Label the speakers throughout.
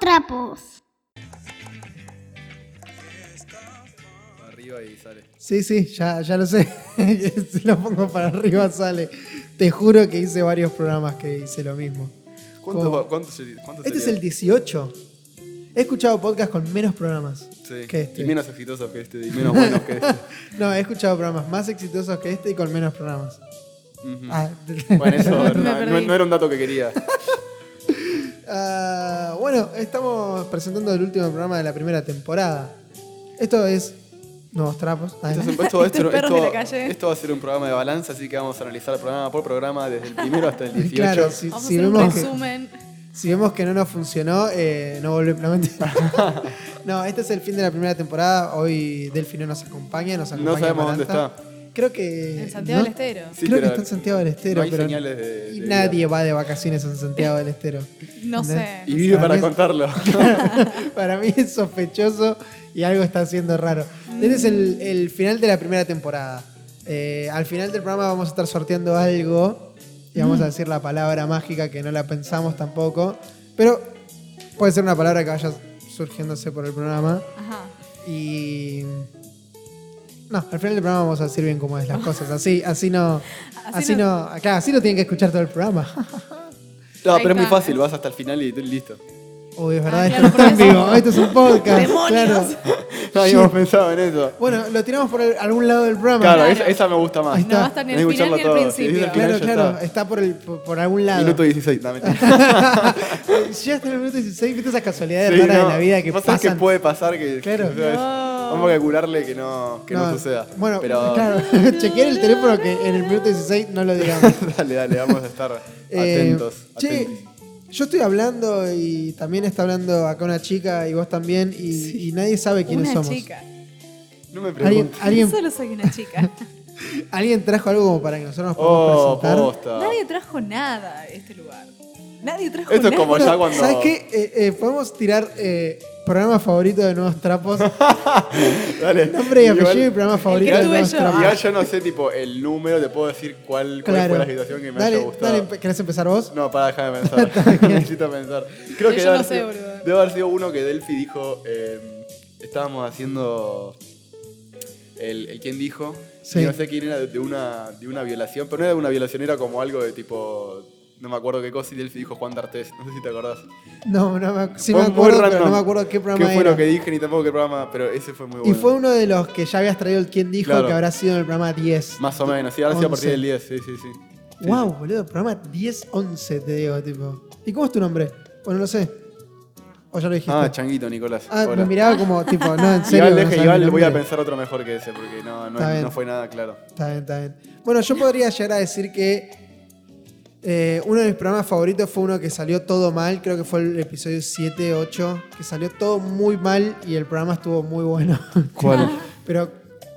Speaker 1: guapos.
Speaker 2: Arriba y sale.
Speaker 3: Sí, sí, ya, ya lo sé. si lo pongo para arriba sale. Te juro que hice varios programas que hice lo mismo.
Speaker 2: ¿Cuánto,
Speaker 3: Como-
Speaker 2: va- cuánto, seri- cuánto
Speaker 3: Este es el
Speaker 2: sería?
Speaker 3: 18. He escuchado podcasts con menos programas
Speaker 2: Sí.
Speaker 3: que este.
Speaker 2: Y menos exitoso que este, y menos bueno que este.
Speaker 3: No, he escuchado programas más exitosos que este y con menos programas.
Speaker 2: Ujú.
Speaker 3: Ah,
Speaker 2: Bueno, eso
Speaker 4: Me
Speaker 2: no,
Speaker 4: perdí.
Speaker 2: no- no era un dato que quería.
Speaker 3: Ah, bueno, estamos presentando el último programa de la primera temporada. Esto es Nuevos Trapos. Ah,
Speaker 2: Esto, es un- pues, esto- esto-
Speaker 4: Perros de la
Speaker 2: esto-
Speaker 4: calle.
Speaker 2: esto va a ser un programa de balanza, así que vamos a analizar programa por programa desde el primero hasta el 18.
Speaker 3: Claro, si,
Speaker 4: Vamos
Speaker 3: si
Speaker 4: a hacer un
Speaker 3: vemos que,
Speaker 4: resumen.
Speaker 3: si vemos que no nos funcionó, eh, no volvemos. No, mentira. No, este es el fin de la primera temporada. Hoy Delfino nos acompaña, nos acompaña.
Speaker 2: No sabemos dónde
Speaker 3: Maranta. Creo que.
Speaker 4: En Santiago
Speaker 3: Eh, ¿no?
Speaker 4: del Estero.
Speaker 2: Sí,
Speaker 3: Creo
Speaker 2: pero
Speaker 3: que está en Santiago del Estero,
Speaker 2: no hay
Speaker 3: pero
Speaker 2: señales de-
Speaker 3: y
Speaker 2: de
Speaker 3: nadie
Speaker 2: vida.
Speaker 3: va de vacaciones en Santiago del Estero.
Speaker 4: No sé.
Speaker 3: ¿Entendés?
Speaker 2: Y vive para
Speaker 3: Para mí-
Speaker 2: contarlo.
Speaker 3: Para mí es sospechoso y algo está haciendo raro. Este es el, el final de la primera temporada. Eh, al final del programa vamos a estar sorteando algo y
Speaker 4: Mm.
Speaker 3: vamos a decir la palabra mágica que no la pensamos tampoco. Pero puede ser una palabra que vaya surgiéndose por el programa.
Speaker 4: Ajá.
Speaker 3: Y. No, al final del programa vamos a decir bien cómo es las cosas. Así, así no. Así,
Speaker 4: Así
Speaker 3: no. Claro, así no tienen que escuchar todo el programa.
Speaker 2: No,
Speaker 4: Ahí
Speaker 2: pero es muy
Speaker 4: está.
Speaker 2: fácil, vas hasta el final y listo.
Speaker 3: Uy, es verdad,
Speaker 4: Ah,
Speaker 3: esto
Speaker 4: claro,
Speaker 3: no está en
Speaker 4: por eso.
Speaker 3: vivo. Esto es un podcast.
Speaker 4: ¡Demonios!
Speaker 3: Claro.
Speaker 2: No habíamos pensado en eso.
Speaker 3: Bueno, lo tiramos por el- algún lado del programa.
Speaker 2: Claro,
Speaker 4: Claro.
Speaker 2: Esa, esa me gusta más.
Speaker 3: Ahí está.
Speaker 4: No va a estar ni
Speaker 2: Tenés
Speaker 4: el
Speaker 2: que
Speaker 4: final ni el
Speaker 2: escucharlo todo. Si dices
Speaker 4: principio.
Speaker 2: el final,
Speaker 3: claro,
Speaker 2: ya
Speaker 3: claro,
Speaker 2: está.
Speaker 3: está por, el, por, por algún lado.
Speaker 2: Minuto 16, no, mentira.
Speaker 3: Ya hasta el minuto 16, viste esas casualidades
Speaker 2: Sí,
Speaker 3: raras
Speaker 2: no.
Speaker 3: de la vida que
Speaker 2: Vos sabés
Speaker 3: pasan.
Speaker 2: que puede pasar que.
Speaker 3: Claro.
Speaker 2: que- ¿sabes?
Speaker 4: No.
Speaker 2: Vamos a calcularle que no, que no, suceda.
Speaker 3: Bueno,
Speaker 2: pero.
Speaker 3: claro, chequear el teléfono que en el minuto 16 no lo digamos.
Speaker 2: dale, dale, vamos a estar
Speaker 3: Eh,
Speaker 2: atentos.
Speaker 3: che,
Speaker 2: atentos.
Speaker 3: yo estoy hablando y también está hablando acá una chica y vos también y, y nadie sabe quiénes
Speaker 4: Una
Speaker 3: somos.
Speaker 4: chica.
Speaker 2: No me
Speaker 3: ¿Alguien,
Speaker 2: preguntes.
Speaker 3: alguien,
Speaker 4: Solo soy una chica.
Speaker 3: alguien trajo algo como para que nosotros nos
Speaker 2: Oh,
Speaker 3: podamos presentar?
Speaker 2: posta.
Speaker 4: Nadie trajo nada a este lugar. Nadie trajo
Speaker 2: Esto es
Speaker 4: nada.
Speaker 2: como
Speaker 3: Bueno,
Speaker 2: ya cuando.
Speaker 3: ¿Sabes qué? Eh, eh, podemos tirar eh, programa favorito de Nuevos Trapos.
Speaker 2: Dale.
Speaker 3: Nombre y
Speaker 2: Igual-
Speaker 3: apellido y programa favorito de
Speaker 4: tuve
Speaker 3: Nuevos
Speaker 4: yo.
Speaker 3: Trapos.
Speaker 2: Igual yo no sé, tipo, el número, te puedo decir cuál, cuál fue la situación que me
Speaker 3: dale,
Speaker 2: haya gustado.
Speaker 3: dale, empe- ¿querés empezar vos?
Speaker 2: No, para, déjame pensar. Necesito pensar. Creo
Speaker 4: Yo
Speaker 2: que debe,
Speaker 4: ya no
Speaker 2: haber
Speaker 4: sé,
Speaker 2: sido,
Speaker 4: boludo.
Speaker 2: debe haber sido uno que Delphi dijo. eh, estábamos haciendo. El, el quién dijo.
Speaker 3: Sí.
Speaker 2: Y no sé quién era de, de una, de una violación. Pero no era de una violación, era como algo de tipo. No me acuerdo qué cosa. Y Delphi dijo Juan D'Artés. No sé si te acordás.
Speaker 3: No, no me, ac- sí me
Speaker 2: Fue muy
Speaker 3: acuerdo, pero no
Speaker 2: random.
Speaker 3: me acuerdo qué programa
Speaker 2: ¿Qué fue
Speaker 3: era.
Speaker 2: lo que dije ni tampoco qué programa? Pero ese fue muy
Speaker 3: y
Speaker 2: bueno.
Speaker 3: fue uno de los que ya habías traído el quien dijo
Speaker 2: Claro.
Speaker 3: que habrá sido en el programa 10.
Speaker 2: Más o menos. Sí, ahora sí a
Speaker 3: Once.
Speaker 2: partir del 10. Sí, sí, sí. Sí,
Speaker 3: wow, boludo, programa 10-11, te digo, tipo. ¿Y cómo es tu nombre? Pues no lo sé. O ya lo
Speaker 2: sí.
Speaker 3: dijiste.
Speaker 2: Ah, Changuito, Nicolás.
Speaker 3: Ah,
Speaker 2: Hola.
Speaker 3: me miraba como, tipo, no, en serio.
Speaker 2: Igual,
Speaker 3: no
Speaker 2: deje,
Speaker 3: sabes
Speaker 2: igual
Speaker 3: mi
Speaker 2: voy a
Speaker 3: nombre?
Speaker 2: pensar otro mejor que ese, porque no, no,
Speaker 3: Está bien.
Speaker 2: no fue nada claro.
Speaker 3: Está bien, está bien. Bueno, yo podría llegar a decir que eh, uno de mis programas favoritos fue uno que salió todo mal, creo que fue el episodio 7, 8, que salió todo muy mal y el programa estuvo muy bueno.
Speaker 2: ¿Cuál?
Speaker 3: Pero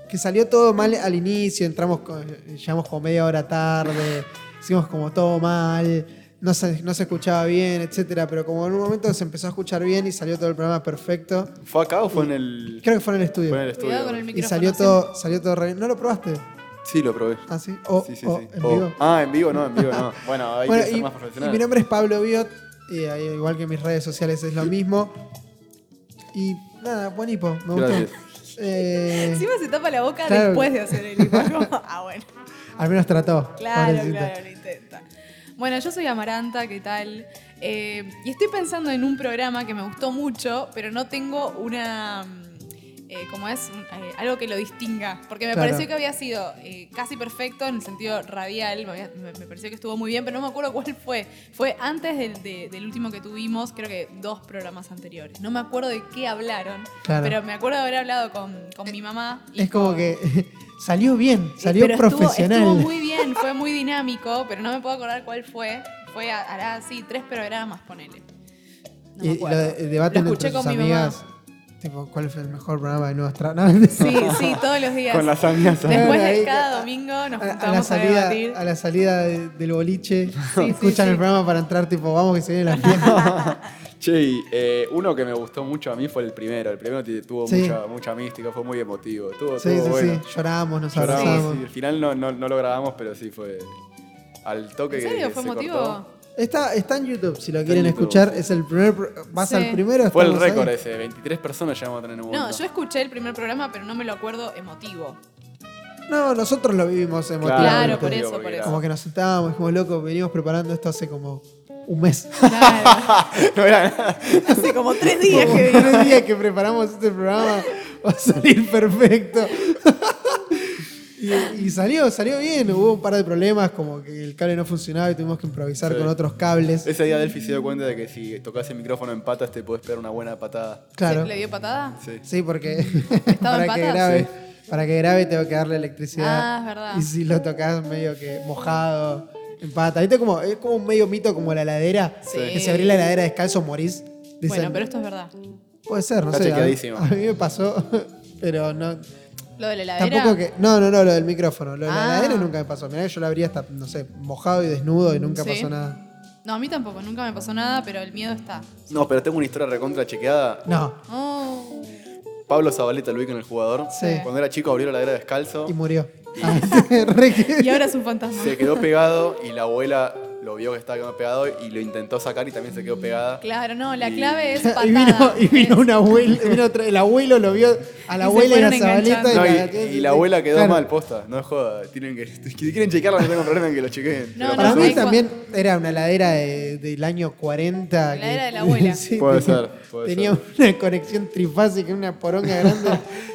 Speaker 3: que salió todo mal al inicio, entramos, con- llegamos como media hora tarde, hicimos como todo mal, no se, no se escuchaba bien, etcétera, pero como en un momento se empezó a escuchar bien y salió todo el programa perfecto.
Speaker 2: ¿Fue acá o fue en el,
Speaker 3: Creo que fue en el estudio.
Speaker 2: fue en el estudio?
Speaker 4: Cuidado con el
Speaker 3: y
Speaker 4: micrófono.
Speaker 3: salió
Speaker 4: ¿sí?
Speaker 3: todo, salió todo re- ¿No lo probaste?
Speaker 2: Sí, lo probé.
Speaker 3: ¿Ah, sí? O,
Speaker 2: sí, sí,
Speaker 3: o
Speaker 2: sí.
Speaker 3: en
Speaker 2: O-
Speaker 3: vivo.
Speaker 2: Ah, en vivo no, en vivo no. Bueno, hay
Speaker 3: Bueno,
Speaker 2: que
Speaker 3: y,
Speaker 2: ser más
Speaker 3: y
Speaker 2: profesional.
Speaker 3: mi nombre es Pablo Biot, y ahí, igual que en mis redes sociales es lo mismo. Y nada, buen hipo, me
Speaker 2: Gracias.
Speaker 3: gustó. Eh,
Speaker 4: Encima se tapa la boca
Speaker 3: Claro.
Speaker 4: después de hacer el hipo. Es como, Ah, bueno.
Speaker 3: al menos trató.
Speaker 4: Claro,
Speaker 3: pobrecita.
Speaker 4: claro, lo intenta. Bueno, yo soy Amaranta, ¿qué tal? Eh, y estoy pensando en un programa que me gustó mucho, pero no tengo una. mm, eh, ¿Cómo es? Un- eh, algo que lo distinga. Porque me
Speaker 3: Claro.
Speaker 4: pareció que había sido eh, casi perfecto en el sentido radial. Me, había- me- me pareció que estuvo muy bien, pero no me acuerdo cuál fue. Fue antes del, de- del último que tuvimos, creo que dos programas anteriores. No me acuerdo de qué hablaron,
Speaker 3: Claro.
Speaker 4: pero me acuerdo de haber hablado con, con mi mamá. y
Speaker 3: Es como
Speaker 4: con-
Speaker 3: que salió bien, salió
Speaker 4: pero estuvo-
Speaker 3: profesional.
Speaker 4: Estuvo, muy bien, fue muy dinámico, pero no me puedo acordar cuál fue. Fue, a- hará así, tres programas, ponele. No
Speaker 3: y
Speaker 4: me
Speaker 3: y lo
Speaker 4: acuerdo.
Speaker 3: de- el debate
Speaker 4: Lo
Speaker 3: entre
Speaker 4: escuché
Speaker 3: tus
Speaker 4: con mi mamá.
Speaker 3: amigas. Tipo, ¿cuál fue el mejor programa de nuestra? No,
Speaker 4: Sí, sí, todos los días.
Speaker 2: Con las amigas.
Speaker 3: Claro,
Speaker 4: Después de
Speaker 3: ahí,
Speaker 4: cada
Speaker 3: a-
Speaker 4: domingo nos
Speaker 3: a,
Speaker 4: juntamos
Speaker 3: a la salida,
Speaker 4: debatir.
Speaker 3: a la salida de- del boliche,
Speaker 4: sí,
Speaker 3: escuchan
Speaker 4: sí.
Speaker 3: el programa para entrar, tipo, vamos que se viene la fiesta.
Speaker 2: Che, y, eh, uno que me gustó mucho a mí fue el primero. El primero t- tuvo
Speaker 3: Sí.
Speaker 2: mucha, mucha mística, fue muy emotivo. Estuvo,
Speaker 3: sí, sí,
Speaker 2: estuvo bueno.
Speaker 3: sí, lloramos, nos
Speaker 2: Lloramos,
Speaker 3: abrazamos.
Speaker 2: sí. Al final no, no, no lo grabamos, pero sí fue al toque
Speaker 4: ¿En
Speaker 2: que-
Speaker 4: serio?
Speaker 2: que
Speaker 4: ¿Fue
Speaker 2: se
Speaker 4: emotivo?
Speaker 2: cortó.
Speaker 3: Está, está en YouTube, si lo
Speaker 2: Está
Speaker 3: quieren
Speaker 2: en YouTube.
Speaker 3: escuchar. Es el primer. pro- Vas
Speaker 4: Sí.
Speaker 3: al primero.
Speaker 2: Fue el
Speaker 3: estamos ahí.
Speaker 2: récord eh. ese, 23 personas llegamos a tener en un
Speaker 4: No,
Speaker 2: momento.
Speaker 4: yo escuché el primer programa, pero no me lo acuerdo emotivo.
Speaker 3: No, nosotros lo vivimos emotivamente.
Speaker 4: Claro, por eso,
Speaker 2: porque
Speaker 4: por
Speaker 2: era-
Speaker 4: eso.
Speaker 3: Como que nos sentábamos, dijimos, loco, venimos preparando esto hace como un mes.
Speaker 4: Claro.
Speaker 2: No era nada.
Speaker 4: Hace como tres días
Speaker 3: Como
Speaker 4: que
Speaker 3: tres días que preparamos este programa va a salir perfecto. Y, y salió, salió bien. Hubo un par de problemas, como que el cable no funcionaba y tuvimos que improvisar
Speaker 2: Sí.
Speaker 3: con otros cables.
Speaker 2: Ese día Delphi se dio cuenta de que si tocas el micrófono en patas te puedes pegar una buena patada.
Speaker 3: Claro.
Speaker 4: ¿Sí? ¿Le dio patada?
Speaker 2: Sí.
Speaker 3: Sí, porque
Speaker 4: en
Speaker 3: para que
Speaker 4: patas?
Speaker 3: grabe,
Speaker 2: Sí.
Speaker 3: para que grabe tengo que darle electricidad.
Speaker 4: Ah, es verdad.
Speaker 3: Y si lo tocas medio que mojado, en pata. ¿Viste como es como un medio mito como la heladera?
Speaker 4: Sí.
Speaker 3: Que si abrís la heladera descalzo morís. Dicen,
Speaker 4: Bueno, pero esto es verdad.
Speaker 3: Puede ser, no
Speaker 2: Está
Speaker 3: sé. a-
Speaker 2: chequeadísimo.
Speaker 3: A, mí me pasó, pero no.
Speaker 4: Lo de la heladera.
Speaker 3: Tampoco que. No, no, no, lo del micrófono. Lo de la
Speaker 4: Ah.
Speaker 3: heladera nunca me pasó. Mirá que yo la abría hasta, no sé, mojado y desnudo y nunca
Speaker 4: Sí.
Speaker 3: pasó nada.
Speaker 4: No, a mí tampoco, nunca me pasó nada, pero el miedo está.
Speaker 2: No, pero tengo una historia recontra chequeada.
Speaker 3: No.
Speaker 4: Oh.
Speaker 2: Pablo Zabaleta, lo vi con el jugador.
Speaker 3: Sí.
Speaker 2: Cuando era chico abrió la ladera descalzo.
Speaker 3: Y murió. Ah, re que-
Speaker 4: Y ahora es un fantasma.
Speaker 2: Se quedó pegado y la abuela lo vio que estaba quedando pegado y lo intentó sacar y también se quedó pegada.
Speaker 4: Claro, no, la
Speaker 2: Y-
Speaker 4: clave es
Speaker 3: Y vino,
Speaker 4: patada.
Speaker 3: y vino un abuelo, vino otra- el abuelo lo vio a la
Speaker 4: Y se
Speaker 3: abuela y la
Speaker 4: fueron
Speaker 3: zabaleta.
Speaker 4: enganchando.
Speaker 2: No,
Speaker 3: la,
Speaker 2: y, y la abuela quedó
Speaker 3: Claro.
Speaker 2: mal, posta. No es joda. Tienen que, si quieren chequearla, no tengo problema en que lo chequeen.
Speaker 4: No,
Speaker 2: Pero
Speaker 4: no,
Speaker 3: Para
Speaker 2: pasó.
Speaker 3: mí
Speaker 4: ahí cua-
Speaker 3: también era una ladera de- del año 40.
Speaker 4: La
Speaker 3: que-
Speaker 4: heladera de la abuela.
Speaker 3: Sí,
Speaker 2: Puede
Speaker 3: tenía-
Speaker 2: ser, puede
Speaker 3: tenía
Speaker 2: ser.
Speaker 3: una conexión trifásica, una poronga grande.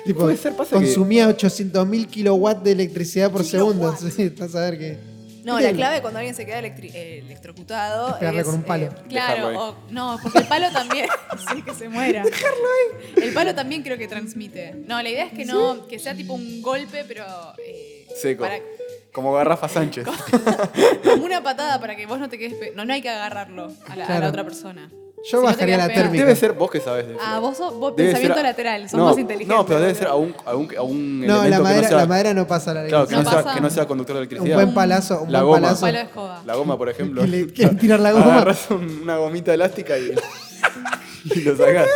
Speaker 3: tipo,
Speaker 2: Puede ser, pasa que-
Speaker 3: consumía 800.000 kilowatts de electricidad por segundo. Sí, estás a ver que.
Speaker 4: No, la clave cuando alguien se queda electri- eh, electrocutado.
Speaker 3: Es pegarle
Speaker 4: es, eh,
Speaker 3: con un palo.
Speaker 4: claro,
Speaker 2: Dejarlo ahí.
Speaker 4: o- no, porque el palo también. sí, que se muera. Dejarlo ahí. El palo también creo que transmite. No, la idea es que no, que sea tipo un golpe, pero. eh,
Speaker 2: Seco.
Speaker 4: para-
Speaker 2: Como Garrafa Sánchez.
Speaker 4: como una patada para que vos no te quedes. pe- No, no hay que agarrarlo a la, a la
Speaker 3: Claro.
Speaker 4: otra persona. Si
Speaker 3: Yo
Speaker 4: no te
Speaker 3: bajaría
Speaker 4: quedas
Speaker 3: la
Speaker 4: pegado.
Speaker 3: térmica.
Speaker 2: Debe ser vos que sabés de eso.
Speaker 4: Ah, vos, sos- vos
Speaker 2: Debe
Speaker 4: pensamiento
Speaker 2: ser a-
Speaker 4: lateral, sos
Speaker 2: no,
Speaker 4: más inteligente.
Speaker 2: No, pero debe ser
Speaker 4: boludo.
Speaker 2: algún, algún, algún
Speaker 3: No, la
Speaker 2: elemento
Speaker 3: madera,
Speaker 2: que no sea,
Speaker 3: la madera no pasa la
Speaker 2: claro, que no,
Speaker 4: No
Speaker 2: sea,
Speaker 4: pasa.
Speaker 2: que no sea conductor de
Speaker 3: un
Speaker 2: electricidad.
Speaker 3: buen palazo, un
Speaker 2: la
Speaker 3: buen
Speaker 2: goma.
Speaker 3: palazo.
Speaker 4: Palo de escoba.
Speaker 2: La goma, por ejemplo.
Speaker 3: Que le quieren tirar la goma.
Speaker 2: Agarrás un- una gomita elástica y, y lo sacás.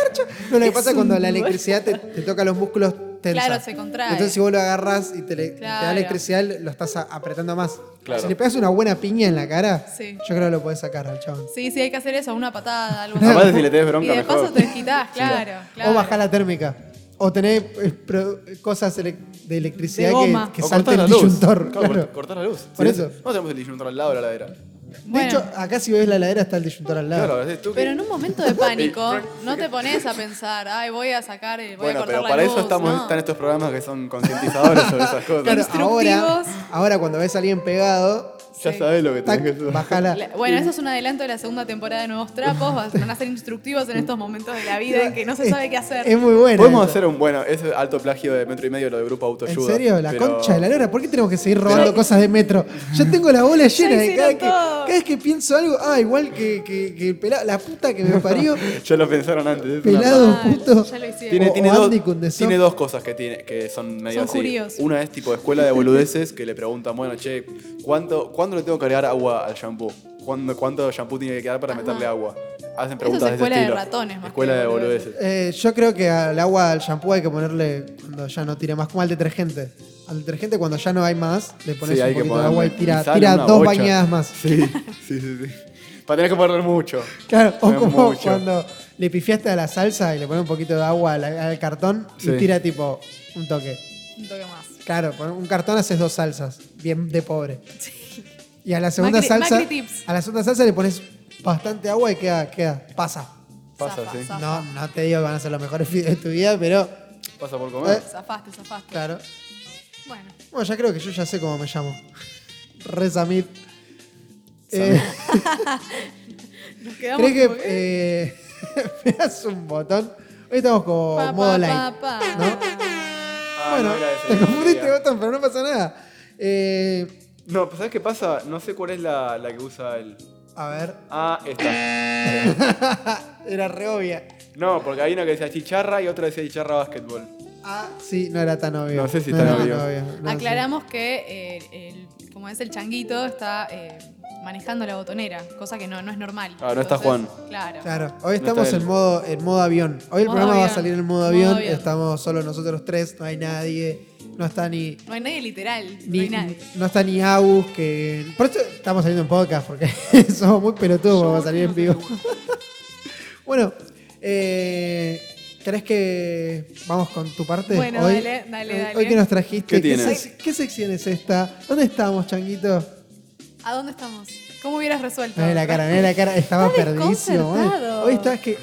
Speaker 3: No, lo que pasa
Speaker 4: Es
Speaker 3: es cuando
Speaker 4: un
Speaker 3: la
Speaker 4: buen-
Speaker 3: electricidad te, te toca los músculos tensa.
Speaker 4: Claro, se contrae.
Speaker 3: Entonces si vos lo agarras y te, le- te da
Speaker 4: Claro.
Speaker 3: electricidad, lo estás a- apretando más.
Speaker 2: Claro.
Speaker 3: Si le pegas una buena piña en la cara,
Speaker 4: Sí.
Speaker 3: yo creo que lo podés sacar al chabón.
Speaker 4: Sí, sí, hay que hacer eso, una patada, algo
Speaker 2: Aparte, si le tenés
Speaker 4: Y
Speaker 2: bronca,
Speaker 4: de
Speaker 2: mejor.
Speaker 4: paso te quitas, claro, claro.
Speaker 3: O bajar la térmica. O tener eh, pro- cosas ele- de electricidad
Speaker 4: De
Speaker 3: que,
Speaker 4: goma.
Speaker 3: que
Speaker 2: O
Speaker 3: salte
Speaker 2: cortar la
Speaker 3: el
Speaker 2: luz.
Speaker 3: disyuntor.
Speaker 2: Claro,
Speaker 3: claro.
Speaker 2: cort- Cortar la luz.
Speaker 3: Por
Speaker 2: Sí,
Speaker 3: eso.
Speaker 2: No tenemos el disyuntor al lado de la ladera.
Speaker 3: De
Speaker 4: Bueno.
Speaker 3: hecho, acá si ves la ladera está el disyuntor al lado.
Speaker 2: Claro, haces tú que-
Speaker 4: Pero en un momento de pánico, no te pones a pensar, ay, voy a sacar, el- voy a
Speaker 2: Bueno,
Speaker 4: cortar
Speaker 2: pero
Speaker 4: la
Speaker 2: para eso
Speaker 4: luz",
Speaker 2: estamos,
Speaker 4: no.
Speaker 2: están estos programas que son concientizadores sobre esas cosas.
Speaker 3: Claro, ahora,
Speaker 4: Instructivos.
Speaker 3: ahora cuando ves a alguien pegado,
Speaker 2: ya
Speaker 4: Sí.
Speaker 2: sabés lo que
Speaker 3: tac,
Speaker 2: tenés que hacer.
Speaker 3: bajala.
Speaker 4: La- Bueno, eso es un adelanto de la segunda temporada de Nuevos Trapos. vas- Van a ser instructivos en estos momentos de la vida en que no se sabe qué hacer.
Speaker 3: Es muy bueno.
Speaker 2: Podemos hacer un bueno, es alto plagio de metro y medio lo de grupo autoayuda.
Speaker 3: ¿En serio? La
Speaker 2: pero-
Speaker 3: concha de la lora. ¿Por qué tenemos que seguir robando
Speaker 2: Pero-
Speaker 3: cosas de metro? Yo tengo la bola llena. de cada,
Speaker 4: hicieron
Speaker 3: que,
Speaker 4: todo.
Speaker 3: cada vez que pienso algo, ah, igual que, que, que el pelado, la puta que me parió,
Speaker 2: Ya lo pensaron antes. es una
Speaker 3: pelado
Speaker 4: Mal,
Speaker 3: puto.
Speaker 4: ya lo hicieron.
Speaker 2: Tiene,
Speaker 3: O-
Speaker 2: tiene
Speaker 3: o
Speaker 2: dos,
Speaker 3: Andy Kundesov.
Speaker 2: tiene dos cosas que, tiene, que son medio
Speaker 4: Son
Speaker 2: así.
Speaker 4: judíos.
Speaker 2: Una es tipo escuela de boludeces que le preguntan, bueno, che, ¿cuánto, ¿cuándo le tengo que agregar agua al shampoo? ¿Cuándo- ¿Cuánto shampoo tiene que quedar para meterle agua? Hacen preguntas de ese
Speaker 4: escuela de
Speaker 2: estilo.
Speaker 4: ratones, más
Speaker 2: Escuela
Speaker 4: que
Speaker 2: de
Speaker 4: boludeces.
Speaker 2: boludeces.
Speaker 3: Eh, yo creo que al agua, al shampoo hay que ponerle cuando ya no tira más, como al detergente. Al detergente cuando ya no hay más, le pones
Speaker 2: Sí,
Speaker 3: un
Speaker 2: hay que
Speaker 3: poquito de agua y
Speaker 2: ponerle.
Speaker 3: tira,
Speaker 2: Y sale
Speaker 3: tira
Speaker 2: una
Speaker 3: dos
Speaker 2: bocha.
Speaker 3: bañadas más.
Speaker 2: Sí, sí, sí, sí. Para tener que poner mucho.
Speaker 3: Claro, o
Speaker 2: Es
Speaker 3: como
Speaker 2: mucho.
Speaker 3: cuando le pifiaste a la salsa y le pones un poquito de agua al, al cartón
Speaker 2: Sí.
Speaker 3: y tira tipo un toque.
Speaker 4: Un toque más.
Speaker 3: Claro, con un cartón haces dos salsas, bien de pobre. Y a la segunda
Speaker 4: Macri-
Speaker 3: salsa,
Speaker 4: Macri tips.
Speaker 3: a la segunda salsa le pones bastante agua y queda, queda, pasa.
Speaker 2: Pasa,
Speaker 4: Zafa,
Speaker 2: sí.
Speaker 4: zafa.
Speaker 3: No, no te digo que van a ser los mejores videos de tu vida, pero
Speaker 2: Pasa por comer.
Speaker 3: Eh,
Speaker 4: Zafaste, zafaste.
Speaker 3: claro.
Speaker 4: Bueno,
Speaker 3: Bueno, ya creo que yo ya sé cómo me llamo. Rezamit.
Speaker 4: nos
Speaker 3: Eh,
Speaker 4: quedamos.
Speaker 3: ¿Crees que
Speaker 4: como-
Speaker 3: eh, me das un botón? Hoy estamos con
Speaker 4: Pa, pa,
Speaker 3: modo light.
Speaker 4: pa, pa.
Speaker 2: Ah,
Speaker 3: bueno,
Speaker 2: no era ese
Speaker 3: te
Speaker 2: el que
Speaker 3: confundiste
Speaker 2: quería.
Speaker 3: botón, pero no pasa nada. Eh,
Speaker 2: No, ¿sabes qué pasa? No sé cuál es la, la que usa él.
Speaker 3: a ver,
Speaker 2: Ah, esta.
Speaker 3: era re obvia.
Speaker 2: No, porque hay una que decía chicharra y otra decía chicharra básquetbol.
Speaker 3: Ah, sí, no era tan obvio.
Speaker 2: No sé si tan
Speaker 3: era
Speaker 2: obvio.
Speaker 3: no sé.
Speaker 4: Aclaramos que, eh, el- como es el changuito, está eh, manejando la botonera, cosa que no, no es normal.
Speaker 2: Ah, no está Juan.
Speaker 4: Claro.
Speaker 3: Claro,
Speaker 2: No
Speaker 3: hoy estamos
Speaker 2: está él.
Speaker 3: en modo, en modo avión. Hoy el
Speaker 4: Modo
Speaker 3: programa va a
Speaker 4: avión.
Speaker 3: salir en modo
Speaker 4: Modo
Speaker 3: avión.
Speaker 4: avión.
Speaker 3: Estamos solo nosotros tres, no hay nadie. No está ni.
Speaker 4: No hay nadie literal, no
Speaker 3: ni-
Speaker 4: hay nadie.
Speaker 3: no está ni Agus, que. Por eso estamos saliendo en podcast, porque somos muy pelotudos para salir en vivo. bueno, eh, ¿crees que vamos con tu parte?
Speaker 4: Bueno,
Speaker 3: hoy,
Speaker 4: dale, dale,
Speaker 3: hoy-
Speaker 4: dale.
Speaker 3: Hoy que nos trajiste,
Speaker 2: ¿Qué tienes?
Speaker 3: sec- ¿qué sección es esta? ¿Dónde estamos, Changuito?
Speaker 4: ¿A dónde estamos? ¿Cómo hubieras resuelto?
Speaker 3: Mirá la cara, mirá la cara, estaba
Speaker 4: Está
Speaker 3: perdidísimo. man.
Speaker 4: desconcertado.
Speaker 3: Hoy estás que.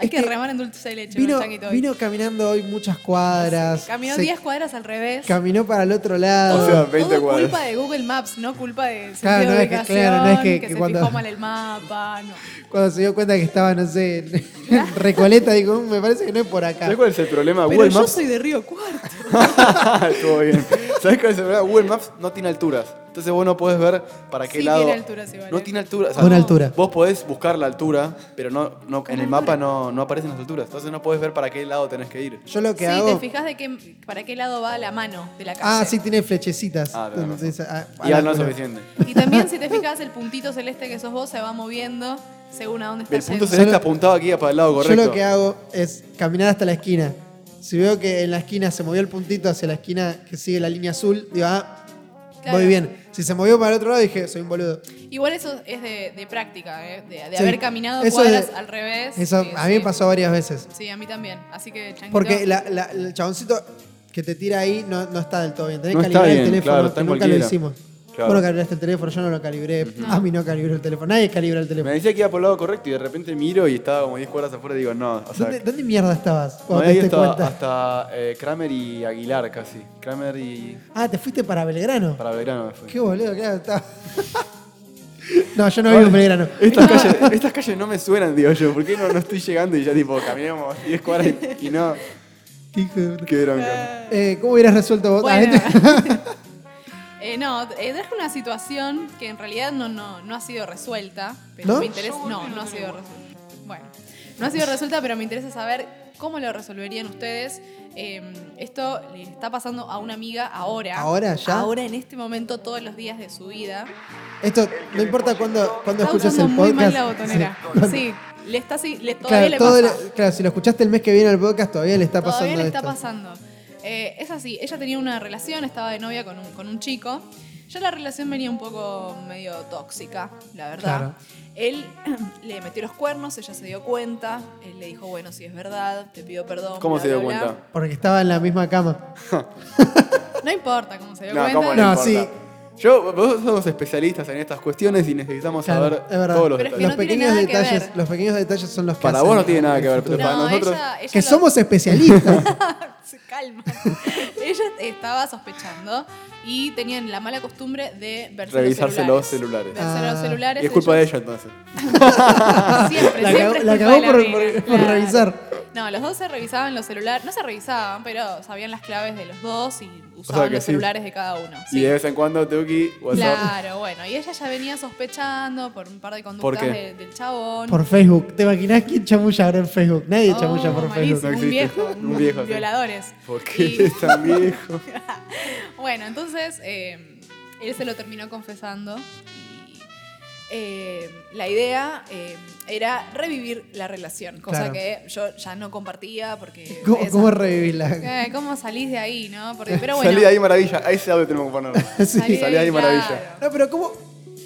Speaker 4: Hay
Speaker 3: es
Speaker 4: que remar en dulce de leche,
Speaker 3: Este Vino,
Speaker 4: con el changuito hoy.
Speaker 3: vino caminando hoy muchas cuadras.
Speaker 4: Caminó
Speaker 3: se-
Speaker 4: 10 cuadras al revés.
Speaker 3: Caminó para el otro lado.
Speaker 2: O sea, 20
Speaker 4: Todo
Speaker 2: cuadras.
Speaker 4: culpa de Google Maps, no culpa de sentido
Speaker 3: Claro,
Speaker 4: de
Speaker 3: no es que-
Speaker 4: ubicación,
Speaker 3: claro, no es que-
Speaker 4: que,
Speaker 3: que
Speaker 4: se
Speaker 3: cuando-
Speaker 4: fijó mal el mapa, no.
Speaker 3: Cuando se dio cuenta que estaba, no sé, en- en Recoleta, digo, "Mm, me parece que no es por acá.
Speaker 2: ¿Sabes cuál es el problema?
Speaker 4: Pero
Speaker 2: Google
Speaker 4: yo
Speaker 2: Maps.
Speaker 4: soy de Río Cuarto.
Speaker 2: Estuvo bien. ¿Sabes cuál es el problema? Google Maps no tiene alturas. Entonces vos no podés ver para qué
Speaker 4: Sí
Speaker 2: lado.
Speaker 4: tiene alturas igual,
Speaker 2: No
Speaker 4: ¿eh?
Speaker 2: tiene alturas.
Speaker 3: Una altura.
Speaker 2: Vos podés buscar la altura, pero no, no- en el mapa no, no aparecen las alturas. Entonces no podés ver para qué lado tenés que ir.
Speaker 3: Yo lo que
Speaker 4: Sí,
Speaker 3: hago.
Speaker 4: te fijas de qué, para qué lado va la mano de la calle.
Speaker 3: Ah, sí, tiene flechecitas.
Speaker 2: Ah, tenés razón.
Speaker 3: Entonces, ah, a
Speaker 2: Y ya
Speaker 3: la
Speaker 2: no es
Speaker 3: altura.
Speaker 2: suficiente.
Speaker 4: Y también si te fijas, el puntito celeste que sos vos se va moviendo según a dónde
Speaker 2: El
Speaker 4: estás
Speaker 2: punto
Speaker 4: yendo.
Speaker 2: celeste apuntaba aquí para el lado correcto.
Speaker 3: Yo lo que hago es caminar hasta la esquina. Si veo que en la esquina se movió el puntito hacia la esquina que sigue la línea azul, digo, ah,
Speaker 4: Claro.
Speaker 3: voy bien. Si se movió para el otro lado, dije, soy un boludo.
Speaker 4: Igual eso es de, de práctica, ¿eh? de, de
Speaker 3: Sí.
Speaker 4: haber caminado
Speaker 3: Eso
Speaker 4: cuadras
Speaker 3: de-
Speaker 4: al revés.
Speaker 3: Eso
Speaker 4: Sí,
Speaker 3: a mí me
Speaker 4: sí.
Speaker 3: pasó varias veces.
Speaker 4: Sí, a mí también. Así que, changuito,
Speaker 3: Porque la- la- el chaboncito que te tira ahí no, no está del todo bien. Tenés
Speaker 2: No
Speaker 3: que
Speaker 2: está
Speaker 3: calibrar el
Speaker 2: bien,
Speaker 3: teléfono,
Speaker 2: claro, está
Speaker 3: que
Speaker 2: en
Speaker 3: nunca lo
Speaker 2: cualquiera.
Speaker 3: hicimos.
Speaker 2: Claro.
Speaker 3: Vos no calibraste el teléfono, yo no lo calibré. A mí no calibró el teléfono. Nadie calibra el
Speaker 2: Me
Speaker 3: teléfono.
Speaker 2: decía que iba por el lado correcto y de repente miro y estaba como 10 cuadras afuera y digo, no. O sea,
Speaker 3: ¿Dónde, dónde mierda estabas
Speaker 2: no
Speaker 3: cuando te
Speaker 2: había
Speaker 3: diste
Speaker 2: hasta,
Speaker 3: cuenta?
Speaker 2: hasta eh, Kramer y Aguilar casi. Kramer y.
Speaker 3: Ah, te fuiste para Belgrano.
Speaker 2: Para Belgrano me fui.
Speaker 3: Qué boludo, claro, estaba... no, yo no vivo en Belgrano.
Speaker 2: Estas calles, estas calles no me suenan, digo yo. ¿Por qué no, no estoy llegando y ya tipo caminamos 10 cuadras y, y no?
Speaker 3: Qué hijo de-
Speaker 2: Qué bronca.
Speaker 3: Eh, ¿Cómo hubieras resuelto vos? Ah,
Speaker 4: Bueno.
Speaker 3: este-
Speaker 4: Eh, no, eh, traje una situación que en realidad no, no, no ha sido resuelta, pero
Speaker 3: ¿No?
Speaker 4: me interesa. No, no ha sido resuelta. Bueno, no ha sido resuelta, pero me interesa saber cómo lo resolverían ustedes. Eh, esto le está pasando a una amiga ahora.
Speaker 3: ¿Ahora, ya?
Speaker 4: Ahora, en este momento, todos los días de su vida.
Speaker 3: Esto no importa cuando, cuando
Speaker 4: Está
Speaker 3: escuches
Speaker 4: usando
Speaker 3: el podcast.
Speaker 4: muy mal la botonera.
Speaker 3: Sí.
Speaker 4: Sí, le está, así- le, todavía
Speaker 3: claro, todo
Speaker 4: le pasa.
Speaker 3: le- claro, si lo escuchaste el mes que viene al podcast, todavía le está pasando
Speaker 4: Todavía le está
Speaker 3: esto.
Speaker 4: pasando. Eh, es así, ella tenía una relación, estaba de novia con un, con un chico. Ya la relación venía un poco medio tóxica, la verdad.
Speaker 3: Claro.
Speaker 4: Él le metió los cuernos, ella se dio cuenta. Él le dijo, bueno, si es verdad, te pido perdón.
Speaker 2: ¿Cómo
Speaker 4: bla,
Speaker 2: se dio
Speaker 4: bla, bla".
Speaker 2: cuenta?
Speaker 3: Porque estaba en la misma cama.
Speaker 4: No importa cómo se dio
Speaker 2: No,
Speaker 4: cuenta.
Speaker 2: ¿cómo
Speaker 3: No,
Speaker 2: no?
Speaker 3: sí.
Speaker 2: importa? Yo, vos somos especialistas en estas cuestiones y necesitamos
Speaker 3: Claro,
Speaker 2: saber
Speaker 3: es verdad.
Speaker 2: todos los
Speaker 4: Pero es que
Speaker 2: detalles.
Speaker 4: no tiene nada que
Speaker 3: detalles,
Speaker 4: ver.
Speaker 3: los pequeños detalles son los que
Speaker 2: Para
Speaker 3: hacen
Speaker 2: vos no tiene nada que ver, pero
Speaker 3: el
Speaker 2: para
Speaker 4: No,
Speaker 2: nosotros-
Speaker 4: ella- ella
Speaker 3: que
Speaker 4: lo-
Speaker 3: somos especialistas.
Speaker 4: Se calma. Ella estaba sospechando y tenían la mala costumbre de verse
Speaker 2: Revisarse
Speaker 4: los
Speaker 2: los
Speaker 4: celulares.
Speaker 2: celulares.
Speaker 4: Verse los
Speaker 3: Ah.
Speaker 4: celulares.
Speaker 2: Y es culpa
Speaker 4: ellos-
Speaker 2: de ella entonces.
Speaker 4: Siempre,
Speaker 3: La
Speaker 4: siempre
Speaker 3: cagó-
Speaker 4: es
Speaker 3: la
Speaker 4: culpa
Speaker 3: cagó
Speaker 4: de
Speaker 3: por-
Speaker 4: mina,
Speaker 3: por- por revisar.
Speaker 4: No, los dos se revisaban los celulares. No se revisaban, pero sabían las claves de los dos y usaban
Speaker 2: que
Speaker 4: los
Speaker 2: sí.
Speaker 4: celulares de cada uno.
Speaker 2: Y
Speaker 4: Sí.
Speaker 2: de vez en cuando, Tuki, WhatsApp.
Speaker 4: Claro, bueno. Y ella ya venía sospechando por un par de conductas
Speaker 2: qué?
Speaker 4: de- del chabón.
Speaker 3: por Facebook. ¿Te imaginás quién chamulla ahora en Facebook? Nadie
Speaker 4: Oh,
Speaker 3: chamulla por
Speaker 4: malísimo,
Speaker 3: Facebook.
Speaker 2: No
Speaker 4: un
Speaker 2: existe.
Speaker 4: viejo.
Speaker 2: Un viejo, sí.
Speaker 4: Violadores.
Speaker 2: ¿Por
Speaker 4: Y-
Speaker 2: qué es tan viejo?
Speaker 4: Bueno, entonces eh, él se lo terminó confesando y eh, la idea eh, era revivir la relación, cosa
Speaker 3: Claro.
Speaker 4: que yo ya no compartía porque...
Speaker 3: ¿Cómo,
Speaker 4: esa-
Speaker 3: cómo revivirla?
Speaker 4: Eh, ¿Cómo salís de ahí, no? Porque- pero bueno,
Speaker 2: Salí de ahí maravilla. Ahí ese audio tenemos que ponerlo.
Speaker 3: Sí.
Speaker 4: salí
Speaker 2: salí de ahí,
Speaker 4: claro.
Speaker 2: maravilla.
Speaker 3: No, pero ¿cómo,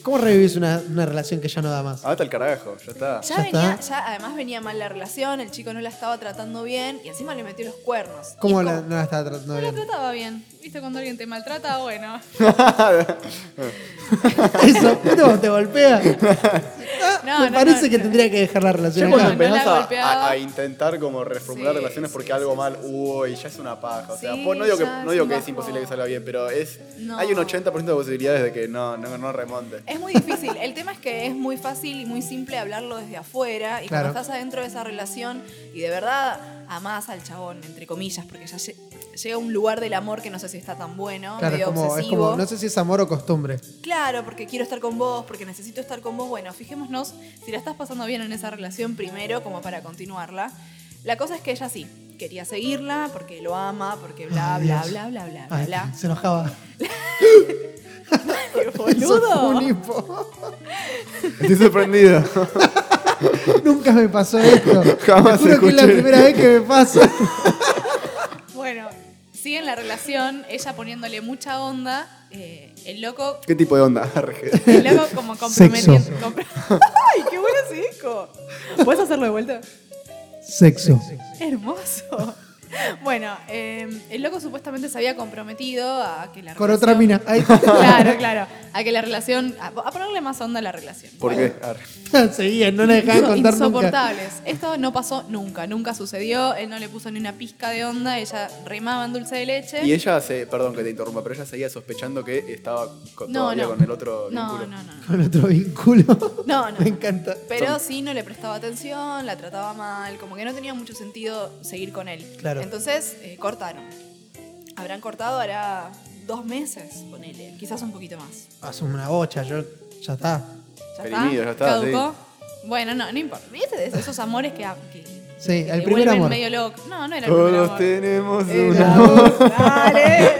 Speaker 3: cómo revivís una, una relación que ya no da más?
Speaker 2: Ah, está el carajo, ya está.
Speaker 4: Ya,
Speaker 3: Ya
Speaker 4: venía,
Speaker 3: está.
Speaker 4: ya además venía mal la relación, el chico no la estaba tratando bien y encima le metió los cuernos.
Speaker 3: ¿Cómo
Speaker 4: Y
Speaker 3: la-
Speaker 4: como-
Speaker 3: no la estaba tratando
Speaker 4: No la
Speaker 3: bien?
Speaker 4: trataba bien. ¿Viste cuando alguien te maltrata? Bueno.
Speaker 3: Eso, puto, te golpea. Ah,
Speaker 4: No,
Speaker 3: me
Speaker 4: no,
Speaker 3: parece
Speaker 4: no,
Speaker 3: que
Speaker 4: no.
Speaker 3: tendría que dejar la
Speaker 2: Ya
Speaker 3: relación
Speaker 4: Yo
Speaker 2: cuando
Speaker 3: acá.
Speaker 4: no, no la
Speaker 2: empezás a-
Speaker 4: golpeaba.
Speaker 2: a, a intentar como reformular
Speaker 4: Sí,
Speaker 2: relaciones porque
Speaker 4: sí,
Speaker 2: algo
Speaker 4: sí,
Speaker 2: mal,
Speaker 4: sí,
Speaker 2: uy, ya es una paja. O sea,
Speaker 4: Sí,
Speaker 2: pues no digo que,
Speaker 4: ya
Speaker 2: no
Speaker 4: es
Speaker 2: digo
Speaker 4: un
Speaker 2: que es
Speaker 4: bajón.
Speaker 2: imposible que salga bien, pero es
Speaker 4: No.
Speaker 2: hay un 80% de posibilidades de que no, no, no remonte.
Speaker 4: Es muy difícil. El tema es que es muy fácil y muy simple hablarlo desde afuera. Y
Speaker 3: Claro.
Speaker 4: cuando estás adentro de esa relación y de verdad amás al chabón, entre comillas, porque ya lle- llega un lugar del amor que no sé si está tan bueno,
Speaker 3: Claro, es
Speaker 4: medio
Speaker 3: como, es
Speaker 4: obsesivo.
Speaker 3: como, no sé si es amor o costumbre.
Speaker 4: Claro, porque quiero estar con vos, porque necesito estar con vos. Bueno, fijémonos si la estás pasando bien en esa relación primero, como para continuarla. La cosa es que ella sí, quería seguirla, porque lo ama, porque bla, bla,
Speaker 3: Dios.
Speaker 4: bla, bla, bla, bla,
Speaker 3: Ay,
Speaker 4: bla.
Speaker 3: Se enojaba.
Speaker 4: Ay,
Speaker 3: Eso fue
Speaker 4: ¡Boludo!
Speaker 3: un hipo.
Speaker 2: Estoy sorprendido.
Speaker 3: Nunca me pasó esto.
Speaker 2: Jamás
Speaker 3: Te juro que es la
Speaker 2: escuché.
Speaker 3: primera vez que me pasa.
Speaker 4: Bueno, siguen la relación, ella poniéndole mucha onda, eh, el loco,
Speaker 2: ¿Qué tipo de onda? Arge.
Speaker 4: el loco como comprometiendo.
Speaker 3: Sexo.
Speaker 4: compro- ¡Ay, qué bueno ese eco! ¿Puedes hacerlo de vuelta?
Speaker 3: Sexo.
Speaker 4: Hermoso. Bueno, eh, el loco supuestamente se había comprometido a que la
Speaker 3: Con
Speaker 4: relación-
Speaker 3: otra mina. Ay.
Speaker 4: Claro, claro. A que la relación. A, a ponerle más onda a la relación.
Speaker 2: ¿Por qué? Arre.
Speaker 3: Seguían, Ah, no la dejaban contar nunca.
Speaker 4: Insoportables. Esto no pasó nunca, nunca sucedió. Él no le puso ni una pizca de onda, ella remaba en dulce de leche.
Speaker 2: Y ella, se, perdón que te interrumpa, pero ella seguía sospechando que estaba con,
Speaker 4: No,
Speaker 2: todavía
Speaker 4: no.
Speaker 2: con el otro
Speaker 4: no,
Speaker 2: vínculo.
Speaker 4: no, no, no.
Speaker 3: Con otro vínculo.
Speaker 4: No, no.
Speaker 3: Me encanta.
Speaker 4: Pero sí no le prestaba atención, la trataba mal, como que no tenía mucho sentido seguir con él.
Speaker 3: Claro.
Speaker 4: Entonces eh, cortaron. Habrán cortado hará dos meses, ponele, quizás un poquito más.
Speaker 3: Hace una bocha, yo. Ya está.
Speaker 4: ¿Ya
Speaker 2: Perimido, ya está,
Speaker 4: ¿Caducó? Bueno, no, no importa. ¿Viste? De Esos amores que. ah, que
Speaker 3: Sí,
Speaker 4: que
Speaker 3: el
Speaker 4: te
Speaker 3: primer
Speaker 4: vuelven
Speaker 3: amor.
Speaker 4: medio loco. No, no era el primer
Speaker 2: Todos
Speaker 4: amor.
Speaker 2: tenemos un
Speaker 4: Era
Speaker 2: amor
Speaker 4: vos, dale.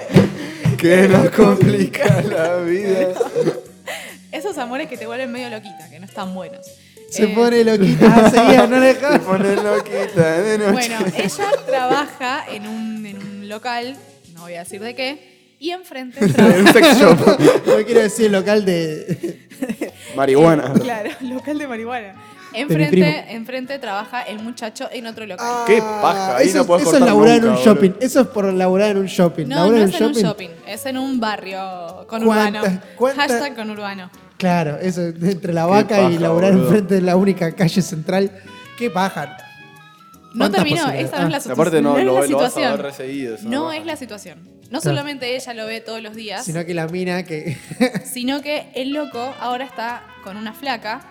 Speaker 2: que nos complica la vida.
Speaker 4: Esos amores que te vuelven medio loquita, que no están buenos.
Speaker 3: Se
Speaker 4: Eh,
Speaker 3: pone loquita. Seguían, no la
Speaker 2: Te
Speaker 3: dejaban.
Speaker 2: pones loquita de noche.
Speaker 4: Bueno, ella trabaja en un, en un local, no voy a decir de qué, y enfrente trabaja.
Speaker 2: un sex shop.
Speaker 3: No quiero decir local de.
Speaker 2: Marihuana.
Speaker 4: Claro, local de marihuana.
Speaker 3: primo. Ah,
Speaker 4: Enfrente, enfrente trabaja el muchacho en otro local.
Speaker 2: Qué paja, ahí
Speaker 3: eso,
Speaker 2: no podés
Speaker 3: eso es
Speaker 2: cortar
Speaker 3: laburar en
Speaker 2: nunca,
Speaker 3: un
Speaker 2: boludo.
Speaker 3: shopping. Eso es por laburar en un shopping.
Speaker 4: no, no
Speaker 3: laburar
Speaker 4: es en
Speaker 3: en un
Speaker 4: un
Speaker 3: shopping.
Speaker 4: shopping, es en un barrio con
Speaker 3: ¿Cuántas-
Speaker 4: urbano.
Speaker 3: cuántas-
Speaker 4: Hashtag con urbano.
Speaker 3: Claro, eso entre la vaca y
Speaker 2: paja,
Speaker 3: laburar
Speaker 2: boludo.
Speaker 3: enfrente de la única calle central. Qué paja.
Speaker 4: No
Speaker 3: ¿Cuántas
Speaker 4: terminó,
Speaker 3: posibilidades?
Speaker 4: esa no es la,
Speaker 3: Ah.
Speaker 4: situ-
Speaker 2: Aparte no, lo,
Speaker 4: es la
Speaker 2: lo vas a
Speaker 4: situación.
Speaker 2: ver reseguido. eso
Speaker 4: no
Speaker 2: va.
Speaker 4: es la situación. No
Speaker 3: Claro.
Speaker 4: solamente ella lo ve todos los días,
Speaker 3: Sino que la mina que.
Speaker 4: sino que el loco ahora está con una flaca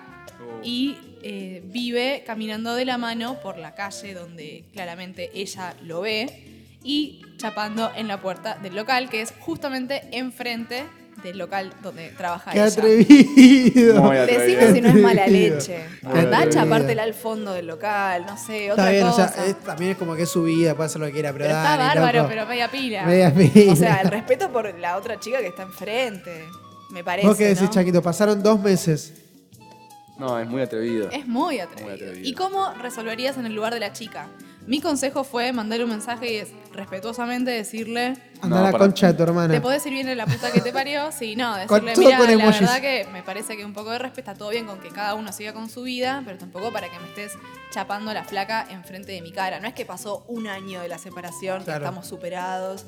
Speaker 4: y eh, vive caminando de la mano por la calle donde claramente ella lo ve y chapando en la puerta del local que es justamente enfrente del local donde trabaja
Speaker 3: ¡Qué
Speaker 4: ella.
Speaker 3: atrevido!
Speaker 2: Muy
Speaker 4: Decime
Speaker 2: atrevido.
Speaker 4: si no es mala leche.
Speaker 2: Muy
Speaker 4: Andá a
Speaker 3: atrevido.
Speaker 4: chapártela al fondo del local, no sé,
Speaker 3: Está
Speaker 4: otra
Speaker 3: bien,
Speaker 4: cosa.
Speaker 3: o sea, es- también es como que es su vida, puede hacer lo que quiera, pero,
Speaker 4: Pero está
Speaker 3: dale,
Speaker 4: bárbaro,
Speaker 3: loco.
Speaker 4: pero media pila.
Speaker 3: Media pila.
Speaker 4: O sea, el respeto por la otra chica que está enfrente, me parece.
Speaker 3: Vos qué decís,
Speaker 4: ¿no?
Speaker 3: Chaquito, pasaron dos meses.
Speaker 2: No, es muy atrevido.
Speaker 4: Es muy atrevido.
Speaker 2: Muy atrevido.
Speaker 4: ¿Y cómo resolverías en el lugar de la chica? Mi consejo fue mandarle un mensaje y es- respetuosamente decirle,
Speaker 3: Andá
Speaker 2: No,
Speaker 3: a la
Speaker 2: para-
Speaker 3: concha de tu
Speaker 4: ¿te
Speaker 3: hermana.
Speaker 4: podés ir bien en la puta que te parió? Sí, no,
Speaker 3: Con
Speaker 4: decirle,
Speaker 3: todo
Speaker 4: mira,
Speaker 3: con
Speaker 4: la
Speaker 3: emojis".
Speaker 4: verdad que me parece que un poco de respeto está todo bien con que cada uno siga con su vida, pero tampoco para que me estés chapando la flaca enfrente de mi cara. No es que pasó un año de la separación, que
Speaker 3: Claro.
Speaker 4: estamos superados.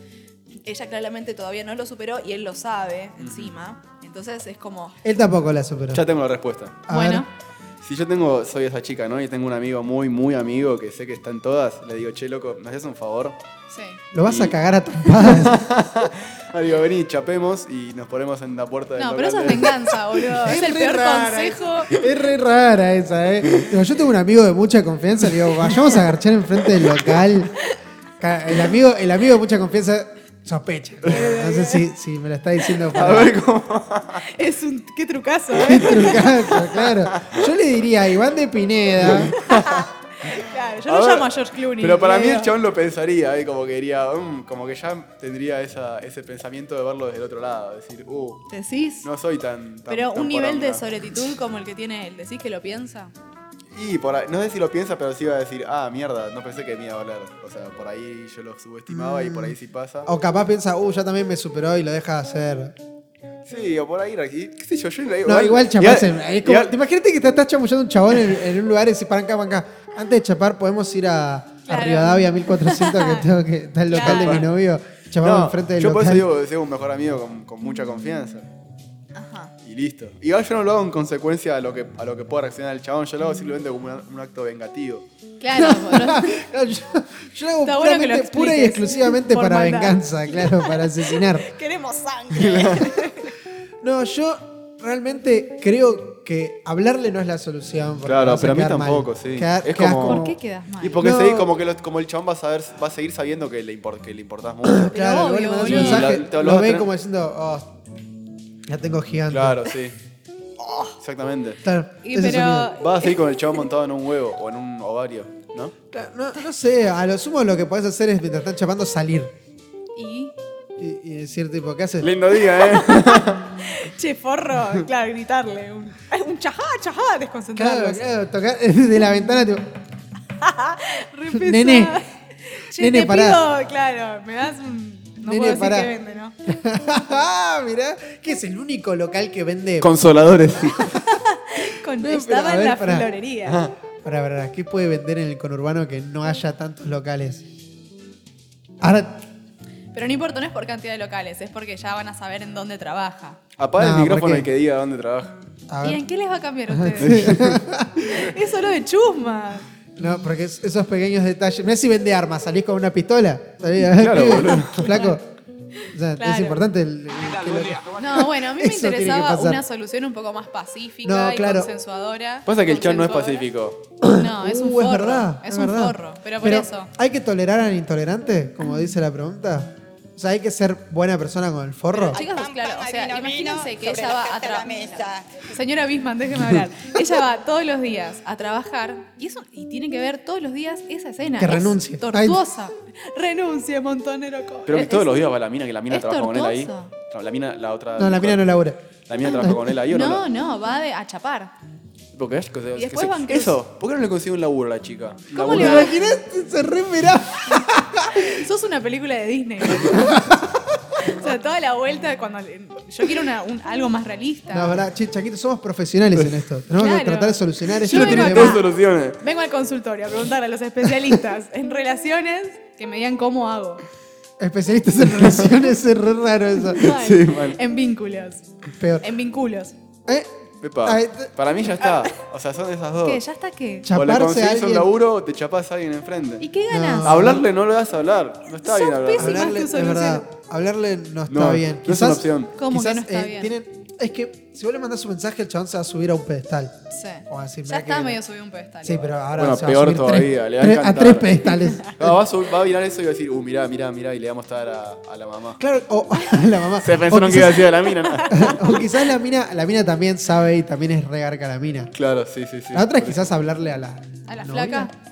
Speaker 4: Ella claramente todavía no lo superó y él lo sabe encima. Entonces es como,
Speaker 3: Él tampoco la superó.
Speaker 2: Ya tengo la respuesta.
Speaker 3: A
Speaker 4: bueno,
Speaker 3: ver.
Speaker 2: Si yo tengo, soy esa chica, ¿no? Y tengo un amigo muy, muy amigo que sé que está en todas, le digo, che, loco, ¿me haces un favor?
Speaker 4: sí.
Speaker 3: Lo vas
Speaker 2: Y-
Speaker 3: a cagar a trompadas.
Speaker 2: Le Ah, digo, vení, chapemos y nos ponemos en la puerta del
Speaker 4: No, pero eso
Speaker 2: local
Speaker 4: es
Speaker 2: de-
Speaker 4: venganza, boludo. es el
Speaker 3: re
Speaker 4: peor
Speaker 3: rara
Speaker 4: consejo.
Speaker 3: es re rara esa, ¿eh? Digo, yo tengo un amigo de mucha confianza, le digo, vayamos a garchar enfrente del local. Ca- El amigo, el amigo de mucha confianza sospecha. No sé si, si me lo está diciendo para...
Speaker 2: A ver cómo.
Speaker 4: Es un. Qué trucazo,
Speaker 3: Qué
Speaker 4: ¿eh?
Speaker 3: trucazo, claro. Yo le diría a Iván de Pineda,
Speaker 4: Claro, yo
Speaker 2: A
Speaker 4: lo
Speaker 2: ver,
Speaker 4: llamo a George Clooney.
Speaker 2: Pero para mí
Speaker 4: Diego.
Speaker 2: el chabón lo pensaría, ¿eh? como que diría, "Mm", como que ya tendría esa, ese pensamiento de verlo desde el otro lado, decir, uh,
Speaker 4: ¿Decís?
Speaker 2: no soy tan. tan-
Speaker 4: pero
Speaker 2: tan
Speaker 4: un nivel de
Speaker 2: poronga".
Speaker 4: soletitud como el que tiene él. ¿Decís que lo piensa?
Speaker 2: Y por ahí- no sé si lo piensa, pero sí va a decir, ah, mierda, no pensé que me iba a doler. O sea, por ahí yo lo subestimaba y por ahí sí pasa.
Speaker 3: o capaz piensa, uh, ya también me superó y lo deja de hacer.
Speaker 2: Sí, o por ahí, y qué sé yo, yo le digo.
Speaker 3: No, igual chapar se-
Speaker 2: igual-
Speaker 3: es como-
Speaker 2: igual-
Speaker 3: te Imagínate que te estás chamullando un chabón en, en un lugar y decís, para acá, para acá. Antes de chapar, podemos ir a,
Speaker 4: Claro.
Speaker 3: a Rivadavia 1400, que tengo que está el local de mi
Speaker 2: Claro.
Speaker 3: novio. Chapamos
Speaker 2: no,
Speaker 3: enfrente del
Speaker 2: yo por
Speaker 3: local.
Speaker 2: eso digo que soy un mejor amigo con, con mucha confianza.
Speaker 4: Ajá.
Speaker 2: Y listo. Igual yo no lo hago en consecuencia a lo que, a lo que pueda reaccionar el chabón, yo lo hago simplemente como un, un acto vengativo.
Speaker 4: Claro, no-
Speaker 3: No, yo, yo lo hago
Speaker 4: Está bueno que lo
Speaker 3: puramente- pura y
Speaker 4: expliques.
Speaker 3: exclusivamente
Speaker 4: Por
Speaker 3: para
Speaker 4: maldad.
Speaker 3: venganza, claro, para asesinar.
Speaker 4: queremos sangre.
Speaker 3: No, yo realmente creo que hablarle no es la solución. porque
Speaker 2: Claro,
Speaker 3: vas
Speaker 2: pero a mí
Speaker 3: quedar mal.
Speaker 2: tampoco, sí.
Speaker 3: Quedar-
Speaker 2: Es
Speaker 3: quedás
Speaker 2: como-
Speaker 4: ¿Por qué quedas mal?
Speaker 2: Y porque
Speaker 3: No.
Speaker 2: se- como que lo- como el chabón va a saber, va a seguir sabiendo que le, import, que le importás mucho.
Speaker 3: Claro,
Speaker 4: Pero
Speaker 3: vos le mandás
Speaker 4: obvio,
Speaker 3: un
Speaker 4: boludo.
Speaker 3: mensaje,
Speaker 2: Y lo- lo
Speaker 3: lo
Speaker 2: vas a
Speaker 3: ven
Speaker 2: tener-
Speaker 3: como diciendo, oh, ya tengo gigante.
Speaker 2: claro, sí. Exactamente.
Speaker 3: Claro,
Speaker 4: Y
Speaker 3: ese sonido.
Speaker 4: pero.
Speaker 2: Vas a seguir con el chabón montado en un huevo o en un ovario. ¿no?
Speaker 3: No, no sé, a lo sumo lo que podés hacer es mientras están chapando salir.
Speaker 4: Y.
Speaker 3: Y, y decir, tipo, ¿qué haces?
Speaker 2: Lindo día, ¿eh?
Speaker 4: Che, forro, claro, gritarle. Un, un chajá, chajá, desconcentrarlo.
Speaker 3: Claro, claro, tocar desde la ventana, tipo,
Speaker 4: Re pesada.
Speaker 3: Nene.
Speaker 4: Che,
Speaker 3: Nene,
Speaker 4: te
Speaker 3: pará.
Speaker 4: pido, claro, me das un. No
Speaker 3: Nene,
Speaker 4: puedo decir
Speaker 3: pará.
Speaker 4: que vende, ¿no?
Speaker 3: mirá, que es el único local que vende.
Speaker 2: Consoladores.
Speaker 4: Con-
Speaker 3: No, pero,
Speaker 4: estaba
Speaker 3: a
Speaker 4: en
Speaker 3: ver,
Speaker 4: la
Speaker 3: pará.
Speaker 4: florería.
Speaker 2: Ah.
Speaker 3: Ajá. Pará, pará, ¿qué puede vender en el conurbano que no haya tantos locales? Ahora,
Speaker 4: Pero no importa, no es por cantidad de locales, es porque ya van a saber en dónde trabaja.
Speaker 2: Apaga
Speaker 3: No,
Speaker 2: el
Speaker 3: ¿por
Speaker 2: micrófono
Speaker 3: qué?
Speaker 2: y que diga dónde trabaja.
Speaker 3: a
Speaker 4: ¿Y
Speaker 3: ver.
Speaker 4: en qué les va a cambiar a ustedes? es solo de chusma.
Speaker 3: No, porque es- esos pequeños detalles. Mirá si vende armas, salís con una pistola. Salís,
Speaker 2: Claro, boludo.
Speaker 3: Flaco. O sea, es
Speaker 4: Claro.
Speaker 3: importante el. el- que lo-
Speaker 4: No, bueno, a mí me
Speaker 3: Eso tiene que
Speaker 4: interesaba
Speaker 3: pasar.
Speaker 4: una solución un poco más pacífica
Speaker 3: No,
Speaker 4: y
Speaker 3: claro.
Speaker 4: consensuadora.
Speaker 2: Pasa que el chat no es
Speaker 4: consensuadora.
Speaker 2: pacífico.
Speaker 4: No, es un
Speaker 3: Uh,
Speaker 4: forro.
Speaker 3: verdad,
Speaker 4: Es, un
Speaker 3: verdad.
Speaker 4: forro. Pero por eso.
Speaker 3: ¿Hay que tolerar al intolerante? Como dice la pregunta. O sea, hay que ser buena persona con el forro.
Speaker 4: Pero, Chicas,
Speaker 1: Pam,
Speaker 4: claro,
Speaker 1: pam,
Speaker 4: o sea,
Speaker 1: adivino,
Speaker 4: imagínense
Speaker 1: vino,
Speaker 4: que
Speaker 1: sobre
Speaker 4: ella
Speaker 1: la
Speaker 4: va a
Speaker 1: carta de la
Speaker 4: trabajar.
Speaker 1: mesa.
Speaker 4: Señora Bisman, déjeme hablar. Ella va todos los días a trabajar y, eso, y tiene que ver todos los días esa escena.
Speaker 3: Que
Speaker 4: Es
Speaker 3: renuncie.
Speaker 4: Tortuosa. Renuncie, montonero. co-
Speaker 2: Creo que
Speaker 4: Es-
Speaker 2: todos los días va la mina, que la mina
Speaker 4: es
Speaker 2: trabaja con él ahí.
Speaker 4: tortuoso.
Speaker 2: No, la mina, la otra.
Speaker 3: No, la mina no labura.
Speaker 2: La mina trabaja con él ahí o no.
Speaker 4: No, no, va de- a chapar.
Speaker 2: Porque es que se-
Speaker 4: Y
Speaker 2: que
Speaker 4: después
Speaker 2: se-
Speaker 4: van cruz.
Speaker 2: Eso, ¿por qué no le consigue un laburo a la chica? Un
Speaker 4: ¿Cómo
Speaker 2: laburo-
Speaker 4: le
Speaker 3: ¿Te
Speaker 4: va?
Speaker 3: imaginas? Se re miraba.
Speaker 4: Sos una película de Disney. o sea, toda la vuelta cuando. le- Yo quiero una- un- algo más realista.
Speaker 3: No, verdad, che, Chaquito, somos profesionales en esto. Tenemos que
Speaker 4: Claro.
Speaker 3: tratar de solucionar
Speaker 4: Yo
Speaker 3: esto.
Speaker 4: no
Speaker 3: que
Speaker 4: vengo
Speaker 3: tiene
Speaker 4: acá.
Speaker 2: Dos
Speaker 3: más.
Speaker 2: soluciones.
Speaker 4: Vengo al consultorio a preguntarle a los especialistas en relaciones que me digan cómo hago.
Speaker 3: Especialistas en relaciones, es re raro eso.
Speaker 4: Mal.
Speaker 2: Sí, mal.
Speaker 4: En vínculos.
Speaker 3: Peor.
Speaker 4: En vínculos.
Speaker 3: ¿Eh?
Speaker 2: Pepa,
Speaker 3: Ay, t-
Speaker 2: para mí ya está. O sea, son esas
Speaker 3: Oh.
Speaker 2: dos.
Speaker 4: ¿Qué? ¿Ya está qué?
Speaker 2: O le
Speaker 3: Chaparse a
Speaker 2: conseguís un
Speaker 3: alguien. Ah.
Speaker 2: laburo o te chapás a alguien enfrente.
Speaker 4: ¿Y qué ganas?
Speaker 3: No.
Speaker 2: Hablarle no lo das a hablar. No está bien
Speaker 4: Sos
Speaker 2: hablar.
Speaker 4: pésima.
Speaker 3: Hablarle,
Speaker 4: tu
Speaker 3: es
Speaker 4: solución.
Speaker 3: verdad, hablarle no está
Speaker 2: No,
Speaker 3: bien. eh,
Speaker 2: no es una opción.
Speaker 4: ¿Cómo que no está bien?
Speaker 3: tienen- es que si vos le mandás un mensaje, el chabón se va a subir a un pedestal.
Speaker 4: Sí.
Speaker 3: O así, mirá
Speaker 4: ya está
Speaker 3: que-
Speaker 4: medio subido un pedestal.
Speaker 3: Sí, pero ahora
Speaker 2: Bueno,
Speaker 3: se va
Speaker 2: peor
Speaker 3: a subir
Speaker 2: todavía,
Speaker 3: tres-
Speaker 2: le va a
Speaker 3: tres- a
Speaker 2: encantar.
Speaker 3: tres pedestales.
Speaker 2: No, va, a sub- va a mirar eso y va a decir, uh, mirá, mirá, mirá, y le vamos a dar a, a la mamá.
Speaker 3: Claro, o o la mamá.
Speaker 2: Se
Speaker 3: o
Speaker 2: pensaron que iba a
Speaker 3: quizás,
Speaker 2: decir a la mina, ¿no?
Speaker 3: o quizás la mina, la mina también sabe y también es regarca la mina.
Speaker 2: Claro, sí, sí, sí.
Speaker 3: La otra es quizás hablarle a la
Speaker 4: A la
Speaker 3: novia.
Speaker 4: flaca. Ah,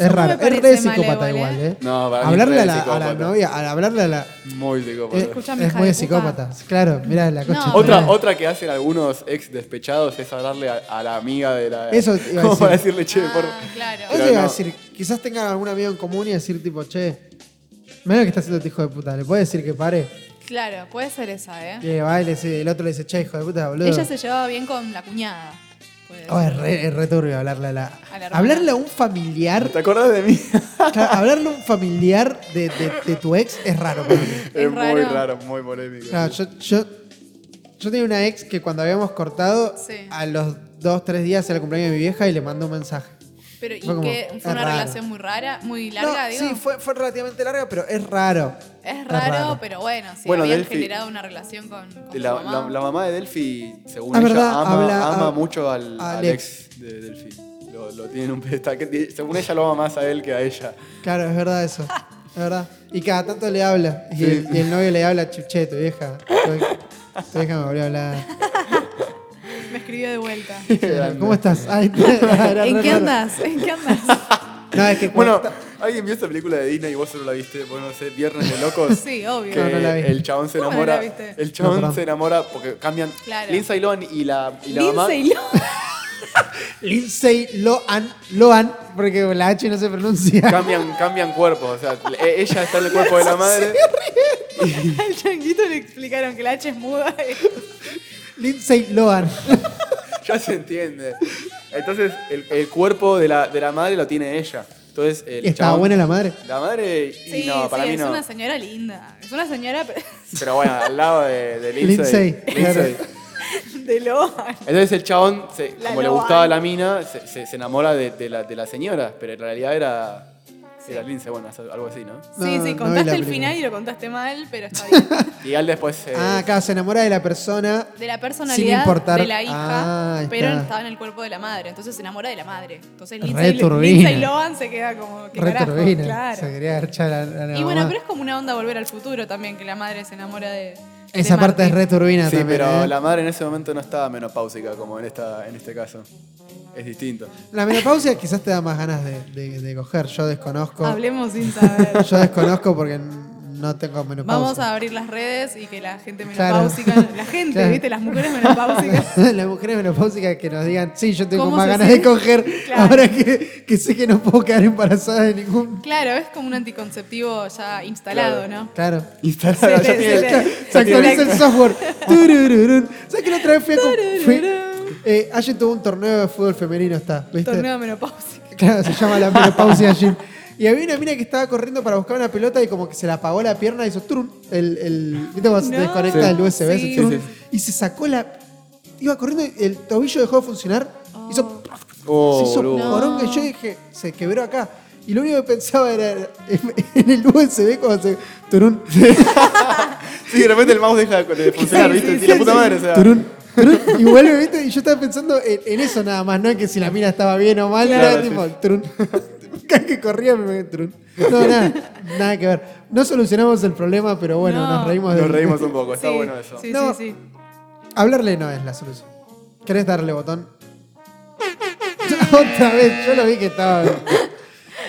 Speaker 4: Eso
Speaker 3: Es
Speaker 4: no
Speaker 3: raro,
Speaker 4: me
Speaker 3: es re
Speaker 4: parece
Speaker 3: psicópata
Speaker 4: malévolo,
Speaker 3: igual,
Speaker 4: ¿eh?
Speaker 3: ¿eh?
Speaker 2: No, para mí
Speaker 3: hablarle
Speaker 2: re
Speaker 3: a la, a la
Speaker 2: psicópata.
Speaker 3: novia, al hablarle a la.
Speaker 2: Muy
Speaker 3: eh,
Speaker 2: psicópata.
Speaker 4: Escuchame,
Speaker 3: es
Speaker 4: hija
Speaker 3: muy
Speaker 4: de
Speaker 3: psicópata. Claro, mirá la coche.
Speaker 2: Otra, otra que hacen algunos ex despechados es hablarle a, a la amiga de la.
Speaker 3: Eso te iba a
Speaker 2: Como para
Speaker 3: decir.
Speaker 2: decirle, che, por.
Speaker 4: Ah, claro.
Speaker 3: Eso
Speaker 2: Pero
Speaker 3: iba a
Speaker 2: no.
Speaker 3: decir, quizás tengan algún amigo en común y decir tipo, che, mira lo que está haciendo este hijo de puta, le puedes decir que pare,
Speaker 4: Claro, puede ser esa, ¿eh?
Speaker 3: que baile, sí. el otro le dice, che, hijo de puta, boludo.
Speaker 4: Ella se llevaba bien con la cuñada. puede
Speaker 3: Oh,
Speaker 4: ser.
Speaker 3: es, re, es re turbio hablarle a la...
Speaker 4: A la hermana.
Speaker 3: hablarle a un familiar,
Speaker 2: ¿Te acordás de mí?
Speaker 3: claro, hablarle a un familiar de, de- de tu ex es raro para mí.
Speaker 2: Es, muy
Speaker 4: raro.
Speaker 2: raro, muy polémico.
Speaker 3: Claro, yo, yo, yo tenía una ex que cuando habíamos cortado,
Speaker 4: Sí.
Speaker 3: a los dos, tres días era el cumpleaños de mi vieja y le mandó un mensaje.
Speaker 4: Pero, ¿y
Speaker 3: Fue como,
Speaker 4: que
Speaker 3: es
Speaker 4: fue una
Speaker 3: raro.
Speaker 4: relación muy rara, muy larga,
Speaker 3: No,
Speaker 4: digo?
Speaker 3: Sí, fue, fue relativamente larga, pero es raro.
Speaker 4: Es raro, pero bueno, si
Speaker 2: Bueno,
Speaker 4: habían
Speaker 2: Delphi-
Speaker 4: generado una relación con, con su
Speaker 2: La,
Speaker 4: mamá.
Speaker 2: la- la mamá de Delphi, según
Speaker 3: Ah,
Speaker 2: ella,
Speaker 3: verdad,
Speaker 2: ama,
Speaker 3: habla-
Speaker 2: ama
Speaker 3: hab-
Speaker 2: mucho al,
Speaker 3: al
Speaker 2: al ex de Delphi. Lo, lo tiene en un pedestal. que tiene- según ella lo ama más a él que a ella.
Speaker 3: Claro, es verdad eso. Es verdad. Y cada tanto le habla. Y, el, y el novio le habla, chuché, tu vieja. Tu, tu vieja me volvió a hablar.
Speaker 4: Me escribió de vuelta.
Speaker 3: ¿Cómo estás? Ay,
Speaker 4: ¿En qué andas? ¿En qué andas?
Speaker 3: No, es que
Speaker 2: Bueno,
Speaker 3: cuenta-
Speaker 2: alguien vio esta película de Disney y vos solo la viste, bueno, no sé, Viernes de Locos.
Speaker 4: Sí, obvio.
Speaker 2: Que
Speaker 3: No, no la vi.
Speaker 2: el chabón se
Speaker 4: ¿Cómo no
Speaker 2: enamora.
Speaker 4: la viste?
Speaker 2: el chabón
Speaker 3: No, perdón.
Speaker 2: se enamora porque cambian.
Speaker 4: Claro.
Speaker 2: Lindsay Lohan y la, y la mamá.
Speaker 4: Lindsay Lohan.
Speaker 3: Lindsay Lohan, Lohan, porque la H no se pronuncia.
Speaker 2: Cambian, cambian cuerpos. O sea, e- ella está en el cuerpo de la madre.
Speaker 4: Al changuito le explicaron que la H es muda.
Speaker 3: Lindsay Lohan.
Speaker 2: Ya se entiende. Entonces, el, el cuerpo de la, de la madre lo tiene ella. Entonces, el
Speaker 3: Estaba
Speaker 2: chabón- Eh.
Speaker 3: buena la madre.
Speaker 2: La madre. Y
Speaker 4: Sí,
Speaker 2: no, para
Speaker 4: sí,
Speaker 2: mí
Speaker 4: es
Speaker 2: no.
Speaker 4: una señora linda. Es una señora pero-
Speaker 2: Pero bueno, al lado de, de Lindsay.
Speaker 3: Lindsay,
Speaker 2: Lindsay.
Speaker 3: claro.
Speaker 4: de Lohan.
Speaker 2: Entonces el chabón, se-
Speaker 4: La
Speaker 2: como le
Speaker 4: Lohan.
Speaker 2: gustaba la mina, se, se- se enamora de, de la, de la señora, pero en realidad era, era Lindsay, bueno, algo así, ¿no?
Speaker 4: sí,
Speaker 3: No,
Speaker 4: sí,
Speaker 3: no
Speaker 4: contaste
Speaker 3: vi la
Speaker 4: el
Speaker 3: película.
Speaker 4: final y lo contaste mal, pero está bien.
Speaker 2: Y él después... eh,
Speaker 3: Ah, claro, se enamora de la persona.
Speaker 4: De la
Speaker 3: Sin
Speaker 4: personalidad
Speaker 3: importar-
Speaker 4: de la hija,
Speaker 3: Ah, ahí
Speaker 4: pero
Speaker 3: está.
Speaker 4: estaba en el cuerpo de la madre. Entonces se enamora de la madre. Entonces
Speaker 3: Re
Speaker 4: Lindsay,
Speaker 3: turbina.
Speaker 4: Lindsay Lohan se queda como. ¿qué carajo?
Speaker 3: Returbina.
Speaker 4: Claro.
Speaker 3: Se quería agarchar a, la- a la
Speaker 4: Y bueno,
Speaker 3: mamá.
Speaker 4: pero es como una onda volver al futuro también, que la madre se enamora de.
Speaker 3: Esa
Speaker 4: de
Speaker 3: parte es
Speaker 4: Marty.
Speaker 3: returbina
Speaker 2: sí,
Speaker 3: también.
Speaker 2: pero
Speaker 3: ¿eh?
Speaker 2: la madre en ese momento no estaba menopáusica como en, esta, en este caso. es distinto.
Speaker 3: La menopausia quizás te da más ganas de, de- de coger. Yo desconozco.
Speaker 4: Hablemos sin saber.
Speaker 3: Yo desconozco porque no tengo menopausia.
Speaker 4: Vamos a abrir las redes y que la gente
Speaker 3: Claro.
Speaker 4: menopáusica, la gente,
Speaker 3: Claro.
Speaker 4: ¿viste? Las mujeres menopáusicas.
Speaker 3: Las mujeres menopáusicas que nos digan, sí, yo tengo
Speaker 4: ¿Cómo
Speaker 3: más
Speaker 4: se
Speaker 3: ganas de
Speaker 4: siente?
Speaker 3: coger
Speaker 4: Claro.
Speaker 3: ahora que, que sé que no puedo quedar embarazada de ningún.
Speaker 4: Claro, es como un anticonceptivo ya instalado, ¿no?
Speaker 3: Claro.
Speaker 2: Instalado,
Speaker 4: Se
Speaker 2: ya
Speaker 4: le-
Speaker 2: tiene-
Speaker 4: se le-
Speaker 2: ya
Speaker 3: Se
Speaker 2: tiene-
Speaker 3: actualiza el software. Turururun. ¿Sabes que la otra vez fui a com- fui- eh, Ayer tuvo un torneo de fútbol femenino, está. ¿viste?
Speaker 4: Torneo menopáusico.
Speaker 3: Claro, se llama la menopausia gym. Y había una mina que estaba corriendo para buscar una pelota y como que se la apagó la pierna y hizo turun. El, el, ¿Viste cuando se
Speaker 4: No.
Speaker 3: desconecta
Speaker 2: Sí.
Speaker 3: el USB? Hace
Speaker 4: Sí.
Speaker 3: turun.
Speaker 2: Sí, sí,
Speaker 3: Y se sacó la... Iba corriendo, y el tobillo dejó de funcionar. Hizo...
Speaker 2: Oh,
Speaker 3: se hizo
Speaker 2: boludo.
Speaker 4: No.
Speaker 3: poronga y yo dije, se quebró acá. Y lo único que pensaba era en, en el USB cuando se... Turun.
Speaker 2: Sí, de repente el mouse deja de- de funcionar,
Speaker 4: Sí,
Speaker 2: ¿viste?
Speaker 4: sí,
Speaker 2: Sí, la puta madre, o sea.
Speaker 3: Turun, turun, y vuelve, ¿viste? Y yo estaba pensando en, en eso nada más, no en que si la mina estaba bien o mal,
Speaker 2: Claro,
Speaker 3: era
Speaker 2: sí.
Speaker 3: tipo, turun. Cada que corría me turun. No, nada, nada que ver. No solucionamos el problema, pero bueno,
Speaker 4: No.
Speaker 3: nos reímos de
Speaker 2: Nos reímos un poco, Pues está
Speaker 4: Sí,
Speaker 2: bueno eso.
Speaker 4: Sí,
Speaker 3: No.
Speaker 4: sí, sí.
Speaker 3: Hablarle no es la solución. ¿Querés darle botón? Otra vez, yo lo vi que estaba.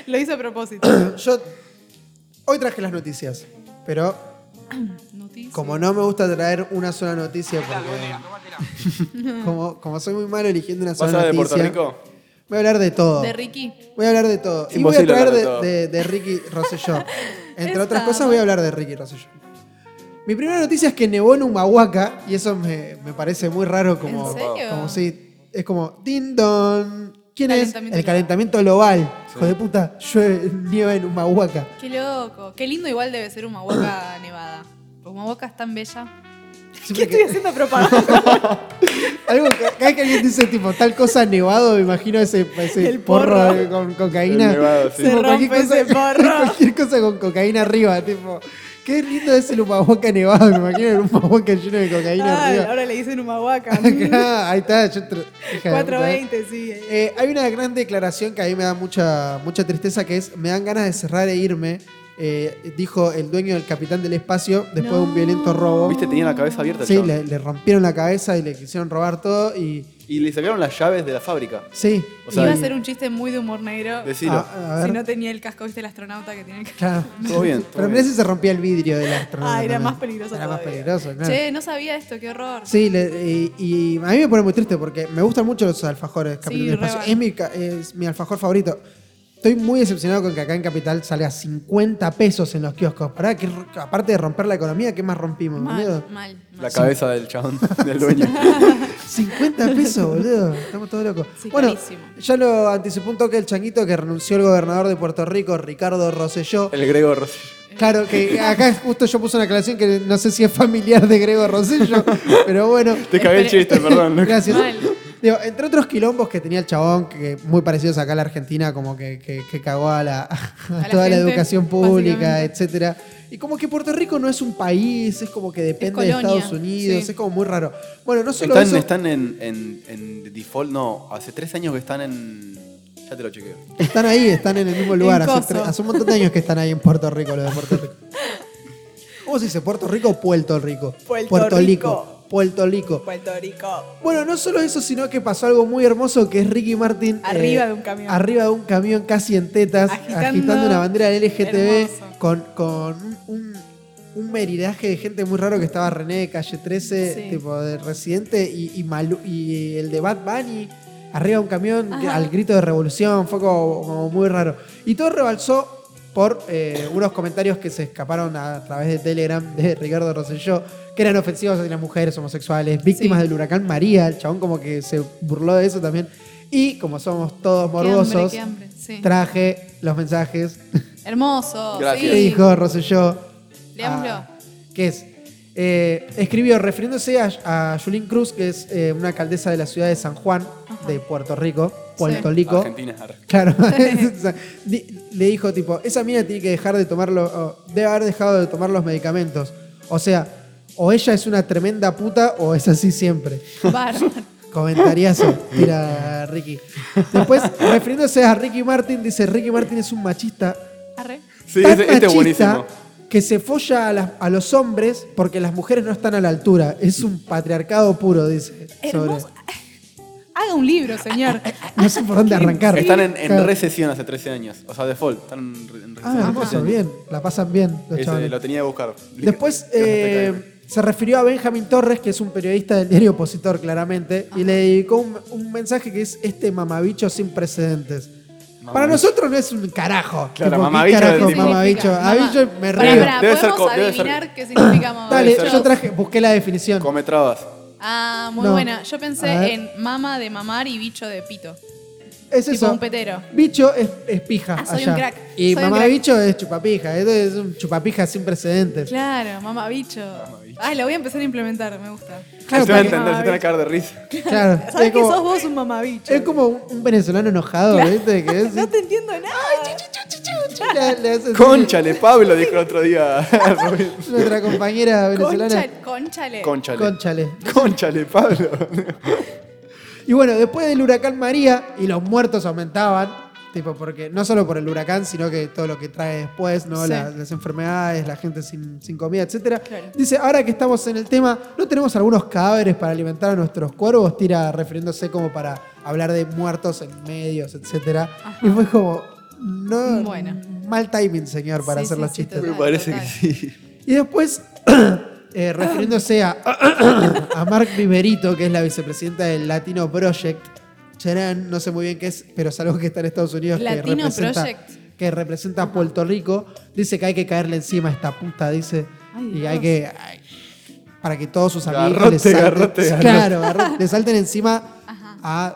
Speaker 4: Lo hice a propósito.
Speaker 3: Yo hoy traje las noticias, pero
Speaker 4: Noticias.
Speaker 3: Como no me gusta traer una sola noticia porque. como, como soy muy malo eligiendo una
Speaker 2: ¿Vas a
Speaker 3: sola
Speaker 2: hablar de Puerto
Speaker 3: noticia.
Speaker 2: Rico?
Speaker 3: Voy a hablar de todo.
Speaker 4: De Ricky.
Speaker 3: Voy a hablar de todo. Y voy a
Speaker 2: Imposible
Speaker 3: traer
Speaker 2: hablar de
Speaker 3: de,
Speaker 2: todo.
Speaker 3: de- de Ricky Rosselló. Entre
Speaker 4: Está
Speaker 3: otras cosas,
Speaker 4: mal.
Speaker 3: voy a hablar de Ricky Rosselló. Mi primera noticia es que nevó en Humahuaca, y eso me, me parece muy raro como.
Speaker 4: ¿En serio?
Speaker 3: Como si. Es como. Din don. ¿Quién es?
Speaker 4: Calentamiento
Speaker 3: El
Speaker 4: global.
Speaker 3: calentamiento global. Hijo de puta, llueve, nieva en Humahuaca.
Speaker 4: Qué loco. Qué lindo igual debe ser una boca nevada. Una boca es tan bella. ¿Qué
Speaker 3: Siempre que-
Speaker 4: estoy haciendo propaganda?
Speaker 3: Algo, que- cada vez que alguien dice tipo tal cosa nevado, me imagino ese, ese
Speaker 4: El
Speaker 3: porro,
Speaker 4: porro.
Speaker 3: eh, con cocaína.
Speaker 2: El nevado, sí.
Speaker 4: Se
Speaker 3: Tipo,
Speaker 4: rompe ese porro.
Speaker 3: cualquier cosa con cocaína arriba, tipo. Qué lindo es el humahuaca nevado, me imagino el humahuaca lleno de cocaína
Speaker 4: Ay,
Speaker 3: arriba.
Speaker 4: ahora le dicen una boca.
Speaker 3: Claro, Ahí está, yo tra- hija de puta, eh.
Speaker 4: 420, sí.
Speaker 3: Eh, hay una gran declaración que a mí me da mucha, mucha tristeza, que es, me dan ganas de cerrar e irme, eh, dijo el dueño del Capitán del Espacio después de un
Speaker 4: No.
Speaker 3: violento robo.
Speaker 2: Viste, tenía la cabeza abierta. el
Speaker 3: Sí,
Speaker 2: chabón.
Speaker 3: le, le rompieron la cabeza y le quisieron robar todo y...
Speaker 2: Y le sacaron las llaves de la fábrica.
Speaker 3: Sí.
Speaker 2: O sea,
Speaker 4: Iba
Speaker 3: y-
Speaker 4: a ser un chiste muy de humor negro.
Speaker 2: Decilo.
Speaker 3: A- a ver.
Speaker 4: Si no tenía el casco, viste, el astronauta que tiene el casco.
Speaker 3: Claro.
Speaker 2: Todo bien. todo
Speaker 3: Pero en
Speaker 2: bien.
Speaker 3: ese se rompía el vidrio del astronauta.
Speaker 4: Ah, era
Speaker 3: también.
Speaker 4: más peligroso
Speaker 3: Era más
Speaker 4: todavía.
Speaker 3: peligroso, claro.
Speaker 4: Che, no sabía esto, qué horror.
Speaker 3: Sí, le- y, y a mí me pone muy triste porque me gustan mucho los alfajores Capital
Speaker 4: Sí,
Speaker 3: del
Speaker 4: re
Speaker 3: Espacio.
Speaker 4: van.
Speaker 3: Es mi, ca- es mi alfajor favorito. Estoy muy decepcionado con que acá en Capital sale a 50 pesos en los kioscos. Pará, que r- aparte de romper la economía, ¿qué más rompimos, boludo?
Speaker 4: Mal, mal, mal.
Speaker 2: La cabeza del chabón, del dueño.
Speaker 3: 50 pesos, boludo. Estamos todos locos.
Speaker 4: Sí,
Speaker 3: bueno,
Speaker 4: carísimo.
Speaker 3: ya lo anticipó un toque el changuito que renunció el gobernador de Puerto Rico, Ricardo Rosselló.
Speaker 2: El Grego Rossi.
Speaker 3: Claro,
Speaker 4: Eh.
Speaker 3: que acá justo yo puse una aclaración que no sé si es familiar de Grego Rosello, pero bueno.
Speaker 2: Te cagué el chiste, perdón. Lucas.
Speaker 3: Gracias.
Speaker 4: Mal.
Speaker 3: Digo, entre otros quilombos que tenía el chabón, que muy parecidos acá a la Argentina, como que, que- que cagó a, la, a
Speaker 4: la
Speaker 3: toda la
Speaker 4: gente,
Speaker 3: educación pública,
Speaker 4: básicamente.
Speaker 3: etcétera. Y como que Puerto Rico no es un país, es como que depende de
Speaker 4: colonia,
Speaker 3: Estados Unidos,
Speaker 4: sí.
Speaker 3: es como muy raro. Bueno, no solo
Speaker 2: Están,
Speaker 3: eso.
Speaker 2: están en, en, en default, no, hace tres años que están en. Ya te lo chequeo.
Speaker 3: Están ahí, están en el mismo lugar.
Speaker 4: En
Speaker 3: Hace,
Speaker 4: coso.
Speaker 3: tre- hace un montón de años que están ahí en Puerto Rico, los de Puerto Rico. ¿Cómo se dice? ¿Puerto Rico o Puerto Rico?
Speaker 4: Puerto
Speaker 3: Rico. Puerto Rico.
Speaker 4: Puerto Rico.
Speaker 3: Bueno, no solo eso, sino que pasó algo muy hermoso que es Ricky Martin. eh,
Speaker 4: Arriba de un camión.
Speaker 3: Arriba de un camión casi en tetas, agitando,
Speaker 4: Agitando.
Speaker 3: una bandera del LGTB
Speaker 4: Hermoso.
Speaker 3: con, con un, un meridaje de gente muy raro que estaba René de calle 13,
Speaker 4: Sí.
Speaker 3: tipo de residente, y, y Malu- y el de Bad Bunny. Arriba de un camión
Speaker 4: Ajá.
Speaker 3: al grito de revolución, fue como, como muy raro. Y todo rebalsó por eh, unos comentarios que se escaparon a través de Telegram de Ricardo Rosselló, que eran ofensivos hacia las mujeres homosexuales, víctimas
Speaker 4: Sí.
Speaker 3: del huracán María. El chabón como que se burló de eso también. Y como somos todos morbosos,
Speaker 4: Qué hambre, qué hambre. Sí.
Speaker 3: traje los mensajes
Speaker 4: Hermoso.
Speaker 2: Gracias.
Speaker 3: que
Speaker 4: Sí.
Speaker 3: dijo Rosselló.
Speaker 4: Leámoslo.
Speaker 3: a- que es, eh, escribió refiriéndose a, a Julín Cruz, que es eh, una alcaldesa de la ciudad de San Juan,
Speaker 4: Ajá.
Speaker 3: de Puerto Rico, Puerto
Speaker 4: Sí.
Speaker 3: Rico.
Speaker 2: Argentina. arre.
Speaker 3: Claro. O sea, di- le dijo tipo, esa mina tiene que dejar de tomarlo, debe haber dejado de tomar los medicamentos. O sea, o ella es una tremenda puta o es así siempre.
Speaker 4: Bárbaro.
Speaker 3: Comentariazo, tira Ricky. Después, refiriéndose a Ricky Martin, dice, Ricky Martin es un machista.
Speaker 4: Arre.
Speaker 2: Sí,
Speaker 3: tan
Speaker 2: ese- este es
Speaker 3: machista
Speaker 2: buenísimo.
Speaker 3: Que se folla a, las- a los hombres porque las mujeres no están a la altura. Es un patriarcado puro, dice. sobre-
Speaker 4: Hermoso. Haga un libro, señor.
Speaker 3: No sé por dónde arrancar.
Speaker 2: Están en, en
Speaker 3: Claro.
Speaker 2: recesión hace 13 años. O sea, default. Están en, re- en recesión.
Speaker 3: Ah,
Speaker 2: hace
Speaker 3: hermoso,
Speaker 2: 13 años.
Speaker 3: bien. La pasan bien los
Speaker 2: Ese,
Speaker 3: chavales.
Speaker 2: lo tenía que buscar.
Speaker 3: Después
Speaker 2: Gracias,
Speaker 3: eh,
Speaker 2: TKM.
Speaker 3: se refirió a Benjamín Torres, que es un periodista del diario opositor, claramente, y le dedicó un, un mensaje que es este mamabicho sin precedentes. Para
Speaker 2: Mamabicho.
Speaker 3: nosotros no es un carajo.
Speaker 2: Claro,
Speaker 3: Tipo, ¿qué
Speaker 2: mamabicho
Speaker 3: carajo,
Speaker 2: del tipo.
Speaker 3: mamabicho?
Speaker 4: Mamá.
Speaker 3: Abicho me
Speaker 4: Pará,
Speaker 3: río.
Speaker 4: pará,
Speaker 2: Debe ser
Speaker 4: ¿Podemos
Speaker 2: co- debe ser-
Speaker 4: adivinar qué significa mamá
Speaker 3: Dale,
Speaker 4: bicho?
Speaker 3: yo traje, busqué la definición.
Speaker 2: Come trabas.
Speaker 4: Ah, muy
Speaker 3: No.
Speaker 4: buena. Yo
Speaker 3: A ver.
Speaker 4: pensé en mama de mamar y bicho de pito.
Speaker 3: Es
Speaker 4: tipo
Speaker 3: eso.
Speaker 4: un petero.
Speaker 3: Bicho es, es pija.
Speaker 4: Ah, soy
Speaker 3: allá.
Speaker 4: un crack,
Speaker 3: Y
Speaker 4: soy un
Speaker 3: mamabicho es chupapija. Esto es un chupapija sin precedentes.
Speaker 4: Claro, mamá bicho.
Speaker 2: bicho.
Speaker 4: Ay, la voy a empezar a implementar, me gusta.
Speaker 3: Claro,
Speaker 2: se van a
Speaker 3: para que-
Speaker 2: entender, se van a cagar de risa.
Speaker 3: claro.
Speaker 4: ¿Sabes
Speaker 3: es
Speaker 4: que
Speaker 3: como-
Speaker 4: sos vos un mamabicho?
Speaker 3: Es como un, un venezolano enojado, ¿viste? Que es-
Speaker 4: No te entiendo nada.
Speaker 3: le- le hace-
Speaker 2: Conchale, Pablo dijo el otro día. Rubén.
Speaker 3: Nuestra compañera venezolana.
Speaker 4: Conchale. Conchale.
Speaker 2: Conchale.
Speaker 3: Conchale.
Speaker 2: Conchale, Pablo.
Speaker 3: Y bueno, después del huracán María y los muertos aumentaban, tipo porque no solo por el huracán, sino que todo lo que trae después, ¿no?
Speaker 4: Sí.
Speaker 3: La- las enfermedades, la gente sin, sin comida, etcétera.
Speaker 4: Claro.
Speaker 3: Dice, ahora que estamos en el tema, ¿no tenemos algunos cadáveres para alimentar a nuestros cuervos? Tira refiriéndose como para hablar de muertos en medios, etcétera. Y fue como, no,
Speaker 4: Bueno.
Speaker 3: mal timing, señor, para
Speaker 4: Sí,
Speaker 3: hacer
Speaker 4: sí,
Speaker 3: los
Speaker 4: sí,
Speaker 3: chistes.
Speaker 4: total.
Speaker 2: Me parece que sí.
Speaker 3: Y después, eh, refiriéndose a, a Mark Viverito, que es la vicepresidenta del Latino Project, Cheran, no sé muy bien qué es, pero es algo que está en Estados Unidos que
Speaker 4: Latino
Speaker 3: representa,
Speaker 4: Project.
Speaker 3: que representa a Puerto Rico, dice que hay que caerle encima a esta puta, dice,
Speaker 4: Ay,
Speaker 3: y hay
Speaker 4: Dios.
Speaker 3: que... ay, para que todos sus amigos
Speaker 2: Garrote,
Speaker 3: le salten,
Speaker 2: garrote, garrote.
Speaker 3: Claro, garrote, le salten encima
Speaker 4: Ajá.
Speaker 3: a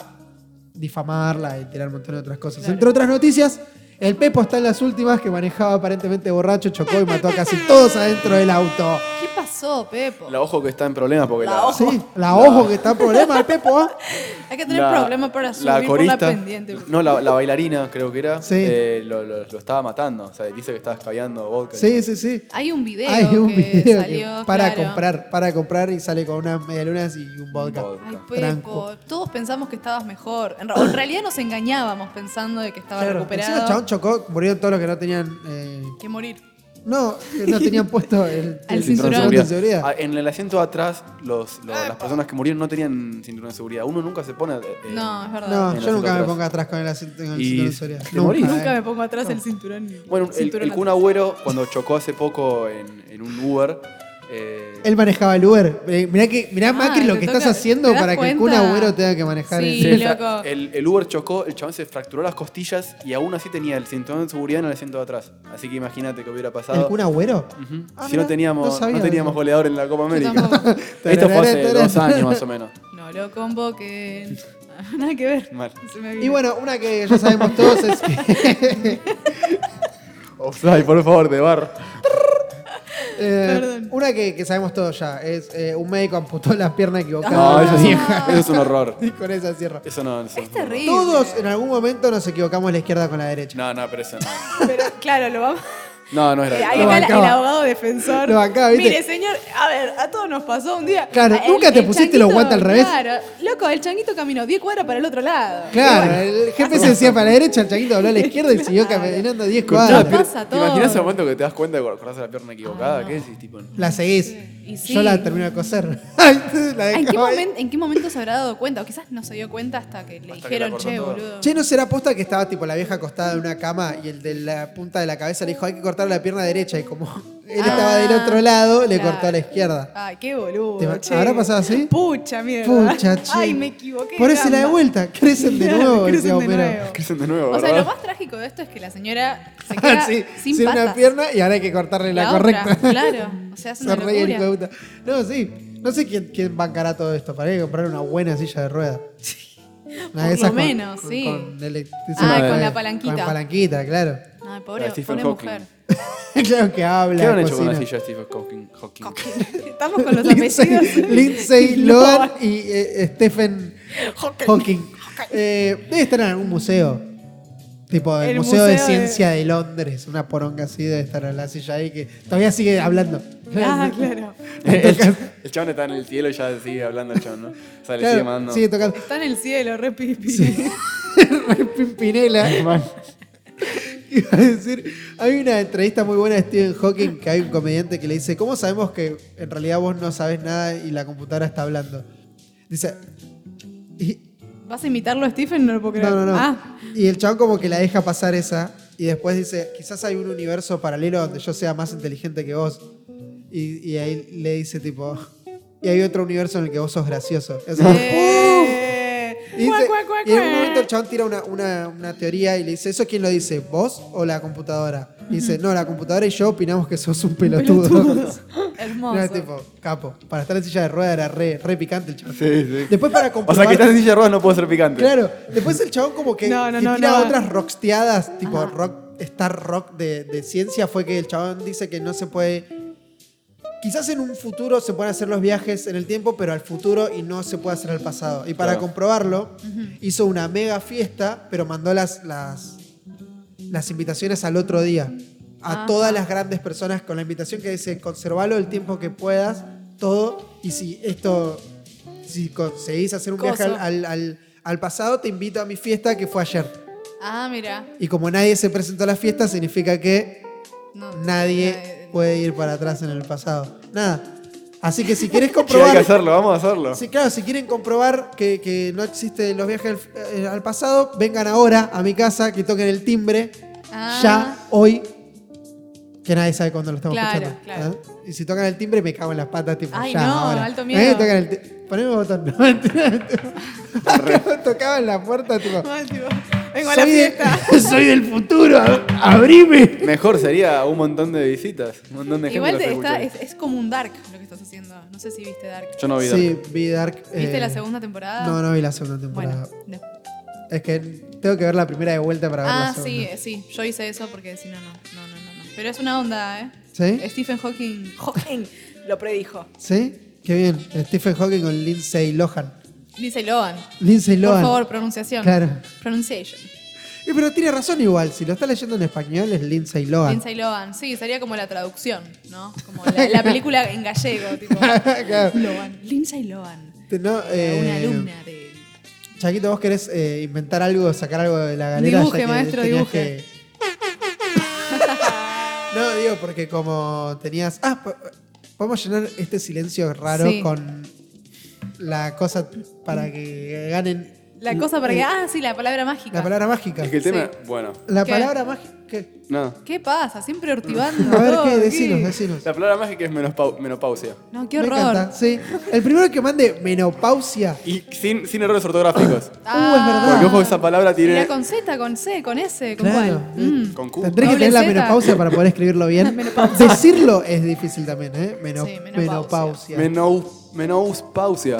Speaker 3: difamarla y tirar un montón de otras cosas.
Speaker 4: Claro.
Speaker 3: Entre otras noticias, el Pepo está en las últimas que manejaba aparentemente borracho, chocó y mató a casi todos adentro del auto.
Speaker 4: ¿Qué pasó, Pepo?
Speaker 2: La ojo que está en problemas porque la.
Speaker 4: La ojo.
Speaker 3: Sí, la ojo que está en problema el Pepo. ¿ah?
Speaker 4: Hay que tener problemas para subir por la pendiente.
Speaker 2: No, la, la bailarina, creo que era.
Speaker 3: Sí.
Speaker 2: eh, lo, lo- lo estaba matando. O sea, dice que estaba escabeando vodka.
Speaker 3: Sí, sí, sí.
Speaker 4: Hay un video
Speaker 3: Hay un
Speaker 4: que
Speaker 3: video que
Speaker 4: salió
Speaker 3: para
Speaker 4: claro.
Speaker 3: comprar, para comprar y sale con unas medialunas y un vodka.
Speaker 2: Vodka.
Speaker 4: Ay,
Speaker 3: Tranco.
Speaker 4: Pepo, todos pensamos que estabas mejor. En, ra- en realidad nos engañábamos pensando de que estaba
Speaker 3: Encima el
Speaker 4: recuperado.
Speaker 3: chabón chocó, murieron todos los que no tenían eh,
Speaker 4: Que morir.
Speaker 3: no, que no tenían puesto el,
Speaker 4: Al
Speaker 3: el
Speaker 4: cinturón.
Speaker 3: de seguridad.
Speaker 2: Ah, en el asiento de atrás, los, los- las personas que murieron no tenían cinturón de seguridad. Uno nunca se pone. eh,
Speaker 4: No, es verdad.
Speaker 3: No,
Speaker 2: En
Speaker 3: yo
Speaker 2: el
Speaker 3: nunca me
Speaker 2: atrás.
Speaker 3: pongo atrás con el asiento con el
Speaker 2: Y
Speaker 3: cinturón de seguridad.
Speaker 2: te morís.
Speaker 3: eh.
Speaker 4: Nunca me pongo atrás el cinturón. ni-
Speaker 2: Bueno, el,
Speaker 4: cinturón
Speaker 2: el Kun
Speaker 4: atrás.
Speaker 2: Agüero, cuando chocó hace poco en, en un Uber. eh,
Speaker 3: Él manejaba el Uber. Eh, mirá, que, mirá
Speaker 4: Ah,
Speaker 3: Macri, lo
Speaker 4: te
Speaker 3: que
Speaker 4: toca-
Speaker 3: estás haciendo
Speaker 4: ¿te das
Speaker 3: para que el Kun
Speaker 4: cuenta?
Speaker 3: Agüero tenga que manejar
Speaker 4: Sí.
Speaker 2: Sí,
Speaker 3: el...
Speaker 2: o sea,
Speaker 4: loco.
Speaker 2: El, el Uber chocó, el chabón se fracturó las costillas y aún así tenía el cinturón de seguridad en el asiento de atrás. Así que imagínate que hubiera pasado.
Speaker 3: ¿El Kun Agüero?
Speaker 2: Ujú.
Speaker 3: Ah,
Speaker 2: si
Speaker 3: mirá,
Speaker 2: no teníamos, no,
Speaker 3: sabía
Speaker 2: teníamos
Speaker 3: eso.
Speaker 2: goleador en la Copa América.
Speaker 4: tampoco.
Speaker 2: Esto fue hace dos años más o menos.
Speaker 4: No lo convoquen. Nada que ver.
Speaker 2: Mal.
Speaker 4: Se me vino.
Speaker 3: Y bueno, una que ya sabemos todos es que...
Speaker 2: Offside, por favor, de bar.
Speaker 3: eh,
Speaker 4: Perdón.
Speaker 3: una que, que sabemos todos ya. Es eh, un médico amputó la pierna equivocada.
Speaker 2: No,
Speaker 4: Ah,
Speaker 2: eso es, un,
Speaker 3: Vieja.
Speaker 2: eso es un horror.
Speaker 3: Y con esa cierro.
Speaker 2: Eso no, eso
Speaker 4: Es
Speaker 2: un horror.
Speaker 4: terrible.
Speaker 3: Todos en algún momento nos equivocamos la izquierda con la derecha.
Speaker 2: No, no, pero eso no.
Speaker 4: Pero claro, lo vamos.
Speaker 2: No, no es
Speaker 4: Eh,
Speaker 2: real.
Speaker 4: ahí
Speaker 3: Lo
Speaker 4: está la- el
Speaker 3: bancaba.
Speaker 4: abogado defensor.
Speaker 3: Lo bancaba, ¿viste?
Speaker 4: Mire, señor, a ver, a todos nos pasó un día.
Speaker 3: Claro,
Speaker 4: El-
Speaker 3: ¿nunca te
Speaker 4: el
Speaker 3: pusiste los
Speaker 4: changuito,
Speaker 3: guantes al revés?
Speaker 4: Claro, loco, el changuito caminó 10 cuadras para el otro lado.
Speaker 3: Claro, el jefe se decía para la derecha, el chaquito habló a la izquierda y siguió
Speaker 4: Claro.
Speaker 3: caminando 10
Speaker 2: Cortá la
Speaker 4: Nos
Speaker 3: cuadras.
Speaker 2: pierna.
Speaker 4: pasa
Speaker 2: ¿Te imaginas
Speaker 4: todo.
Speaker 2: el momento que te das cuenta de que cortaste la pierna equivocada? ¿Qué decís? Tipo,
Speaker 3: La seguís.
Speaker 4: Y sí.
Speaker 3: Yo la termino de coser. Ay, la
Speaker 4: ¿En
Speaker 3: dejo
Speaker 4: qué,
Speaker 3: ahí.
Speaker 4: momen- ¿En qué momento se habrá dado cuenta? O quizás no se dio cuenta hasta que le
Speaker 2: Hasta que la
Speaker 4: dijeron,
Speaker 2: cortó
Speaker 4: che,
Speaker 2: toda".
Speaker 4: boludo.
Speaker 3: Che, ¿no será posta que estaba tipo la vieja acostada en una cama y el de la punta de la cabeza le dijo hay que cortar la pierna derecha? Y como él
Speaker 4: Ah,
Speaker 3: estaba del otro lado, le
Speaker 4: claro.
Speaker 3: cortó a la izquierda.
Speaker 4: Ay, qué
Speaker 3: ¿Te
Speaker 4: boludo.
Speaker 3: va-
Speaker 4: che.
Speaker 3: habrá pasado así?
Speaker 4: Pucha mierda.
Speaker 3: Pucha, che.
Speaker 4: Ay, me equivoqué.
Speaker 3: Por eso la de
Speaker 4: gamba.
Speaker 3: vuelta. Crecen de
Speaker 4: Claro,
Speaker 3: nuevo,
Speaker 4: crecen
Speaker 3: decía
Speaker 4: de
Speaker 3: Homero.
Speaker 4: nuevo.
Speaker 2: Crecen de nuevo,
Speaker 4: O sea,
Speaker 2: ¿verdad?
Speaker 4: lo más trágico de esto es que la señora se queda
Speaker 3: Ah, sí,
Speaker 4: sin,
Speaker 3: sin
Speaker 4: patas.
Speaker 3: una pierna y ahora hay que cortarle la,
Speaker 4: otra,
Speaker 3: correcta.
Speaker 4: claro. O sea, es
Speaker 3: Se
Speaker 4: una
Speaker 3: reía el hijo de
Speaker 4: locura.
Speaker 3: puta. No, sí. No sé quién, quién bancará todo esto. Para ir a comprar una buena silla de ruedas. Una
Speaker 4: Por
Speaker 3: de
Speaker 4: lo
Speaker 3: esas
Speaker 4: menos, sí.
Speaker 3: con electricidad.
Speaker 4: Ah,
Speaker 2: con
Speaker 4: la palanquita.
Speaker 3: Con la palanquita, claro.
Speaker 4: Ay, pobre,
Speaker 2: La Stephen
Speaker 4: pobre
Speaker 2: Hawking.
Speaker 4: mujer.
Speaker 3: claro que habla.
Speaker 2: ¿Qué han hecho con la
Speaker 3: cocina.
Speaker 2: silla Stephen Hawking? Hawking?
Speaker 4: Estamos con los
Speaker 3: Lindsay,
Speaker 4: apellidos.
Speaker 3: Lindsay
Speaker 4: Lohan.
Speaker 3: Lohan y eh, Stephen Hawking. Eh, debe estar en algún museo. Tipo, el,
Speaker 4: El
Speaker 3: Museo, de
Speaker 4: museo de-
Speaker 3: Ciencia de... Londres. Una poronga así debe estar en la silla ahí que todavía sigue hablando.
Speaker 4: Ah, claro.
Speaker 2: El, el chabón está en el cielo y ya sigue hablando el chabón, ¿no? O sea, le
Speaker 3: Claro,
Speaker 2: sigue mandando.
Speaker 3: sigue tocando.
Speaker 4: Está en el cielo, re pipi.
Speaker 3: Pimpinela. Iba a decir, hay una entrevista muy buena de Stephen Hawking que hay un comediante que le dice, ¿cómo sabemos que en realidad vos no sabés nada y la computadora está hablando? Dice, y,
Speaker 4: ¿Vas a imitarlo a Stephen? No lo puedo creer.
Speaker 3: No, no, no.
Speaker 4: Ah,
Speaker 3: Y el chabón como que la deja pasar esa y después dice, quizás hay un universo paralelo donde yo sea más inteligente que vos. Y, y ahí le dice tipo, y hay otro universo en el que vos sos gracioso. Es como,
Speaker 4: eh,
Speaker 3: ¡uh! Y
Speaker 4: cuac,
Speaker 3: dice-
Speaker 4: cuac, cuac,
Speaker 3: y en un
Speaker 4: cuac.
Speaker 3: momento el chabón tira una, una- una teoría y le dice, ¿eso quién lo dice? ¿Vos o la computadora? Y dice, no, la computadora y yo opinamos que sos un pelotudo.
Speaker 4: Hermoso.
Speaker 3: Era tipo, capo. Para estar en silla de ruedas era re, re picante el chabón.
Speaker 2: Sí, sí.
Speaker 3: Después para
Speaker 2: O
Speaker 3: comprobar...
Speaker 2: sea, que estás en silla de ruedas no puede ser picante.
Speaker 3: Claro, después el chabón como que,
Speaker 4: No, no,
Speaker 3: que
Speaker 4: no,
Speaker 3: tira
Speaker 4: no.
Speaker 3: otras rocksteadas, tipo rock, star rock de, de ciencia, fue que el chabón dice que no se puede... Quizás en un futuro se puedan hacer los viajes en el tiempo, pero al futuro y no se puede hacer al pasado. Y para
Speaker 2: Claro.
Speaker 3: comprobarlo, hizo una mega fiesta, pero mandó las, las, las invitaciones al otro día. A
Speaker 4: Ajá.
Speaker 3: todas las grandes personas con la invitación que dice, conservalo el tiempo que puedas, todo. Y si esto, si conseguís hacer un viaje al,
Speaker 4: Coso.
Speaker 3: al- al- al pasado, te invito a mi fiesta que fue ayer.
Speaker 4: Ah, mira.
Speaker 3: Y como nadie se presentó a la fiesta, significa que
Speaker 4: No, eh,
Speaker 3: nadie puede ir para atrás en el pasado. Nada. Así que si
Speaker 2: Sí, hay
Speaker 3: querés
Speaker 2: que
Speaker 3: comprobar...
Speaker 2: hacerlo, vamos a hacerlo.
Speaker 3: Sí, claro, si quieren comprobar que, que no existen los viajes al, eh, al pasado, vengan ahora a mi casa, que toquen el timbre,
Speaker 4: Ah.
Speaker 3: ya, hoy, que nadie sabe cuándo lo estamos
Speaker 4: Claro,
Speaker 3: escuchando.
Speaker 4: claro.
Speaker 3: ¿ah? Y si tocan el timbre, me cago en las patas, tipo,
Speaker 4: Ay,
Speaker 3: ya,
Speaker 4: no,
Speaker 3: ahora.
Speaker 4: alto miedo.
Speaker 3: Eh, tocan el ti- Poneme botón. No, mentira, mentira. Acá tocaban la puerta, tipo...
Speaker 4: Ay, tipo, Vengo a la
Speaker 3: soy de-
Speaker 4: fiesta.
Speaker 3: soy del futuro, ab- abrime.
Speaker 2: Mejor sería un montón de visitas, un montón de gente
Speaker 4: Igual
Speaker 2: los
Speaker 4: te- está-
Speaker 2: escucharía.
Speaker 4: es, es como un dark lo que estás haciendo. No sé si viste Dark.
Speaker 2: Yo no vi Dark.
Speaker 3: Sí, vi Dark.
Speaker 4: ¿Viste
Speaker 3: eh,
Speaker 4: la segunda temporada?
Speaker 3: No, no vi la segunda temporada.
Speaker 4: Bueno, no.
Speaker 3: Es que tengo que ver la primera de vuelta para ver la
Speaker 4: Ah,
Speaker 3: segunda.
Speaker 4: sí, eh, sí. Yo hice eso porque si no, no, no, no, no, no. Pero es una onda, ¿eh?
Speaker 3: ¿Sí?
Speaker 4: Stephen Hawking, Hawking lo predijo.
Speaker 3: ¿Sí? Qué bien. Stephen Hawking con Lindsay Lohan.
Speaker 4: Dice Logan.
Speaker 3: Lindsay Lohan.
Speaker 4: Por favor, pronunciación.
Speaker 3: Claro.
Speaker 4: Pronunciation.
Speaker 3: Eh, pero tiene razón igual. Si lo está leyendo en español es Lindsay Lohan.
Speaker 4: Lindsay Logan. Sí, sería como la traducción, ¿no? Como la, la película en gallego, tipo.
Speaker 3: Claro.
Speaker 4: Logan. Lindsay Logan.
Speaker 3: Te- no,
Speaker 4: Eh, una
Speaker 3: eh,
Speaker 4: alumna de.
Speaker 3: Chaquito, vos querés eh, inventar algo, sacar algo de la galera.
Speaker 4: Dibuje,
Speaker 3: ya que
Speaker 4: maestro,
Speaker 3: tenías
Speaker 4: dibuje.
Speaker 3: que- no, digo, porque como tenías... Ah, po- podemos llenar este silencio raro
Speaker 4: Sí.
Speaker 3: con la cosa para que ganen...
Speaker 4: La cosa para
Speaker 3: eh,
Speaker 4: que. Ah, sí, la palabra mágica.
Speaker 3: La palabra mágica.
Speaker 2: Es que el
Speaker 4: Sí.
Speaker 2: tema, bueno,
Speaker 3: La
Speaker 4: ¿Qué?
Speaker 3: palabra mágica... ¿qué?
Speaker 2: no.
Speaker 4: ¿Qué pasa? Siempre ortivando.
Speaker 3: A ver,
Speaker 4: todo,
Speaker 3: ¿qué? Decinos, decinos.
Speaker 2: La palabra mágica es menopau- menopausia.
Speaker 4: No, Oh, qué
Speaker 3: Me
Speaker 4: horror.
Speaker 3: encanta, sí. El primero que mande menopausia.
Speaker 2: Y sin, sin errores ortográficos.
Speaker 3: Uh, es verdad.
Speaker 2: Porque ojo, esa palabra
Speaker 4: Ah. Mira,
Speaker 2: tiene.
Speaker 4: con Z, con C, con S, con
Speaker 3: Claro.
Speaker 4: cuál. Mm.
Speaker 2: Con Q.
Speaker 3: Tendré que
Speaker 4: Doble
Speaker 3: tener la
Speaker 4: Z.
Speaker 3: menopausia para poder escribirlo bien. Decirlo es difícil también, ¿eh? Meno-
Speaker 4: Sí,
Speaker 3: menopausia.
Speaker 4: menopausia.
Speaker 2: Menou- menopausia.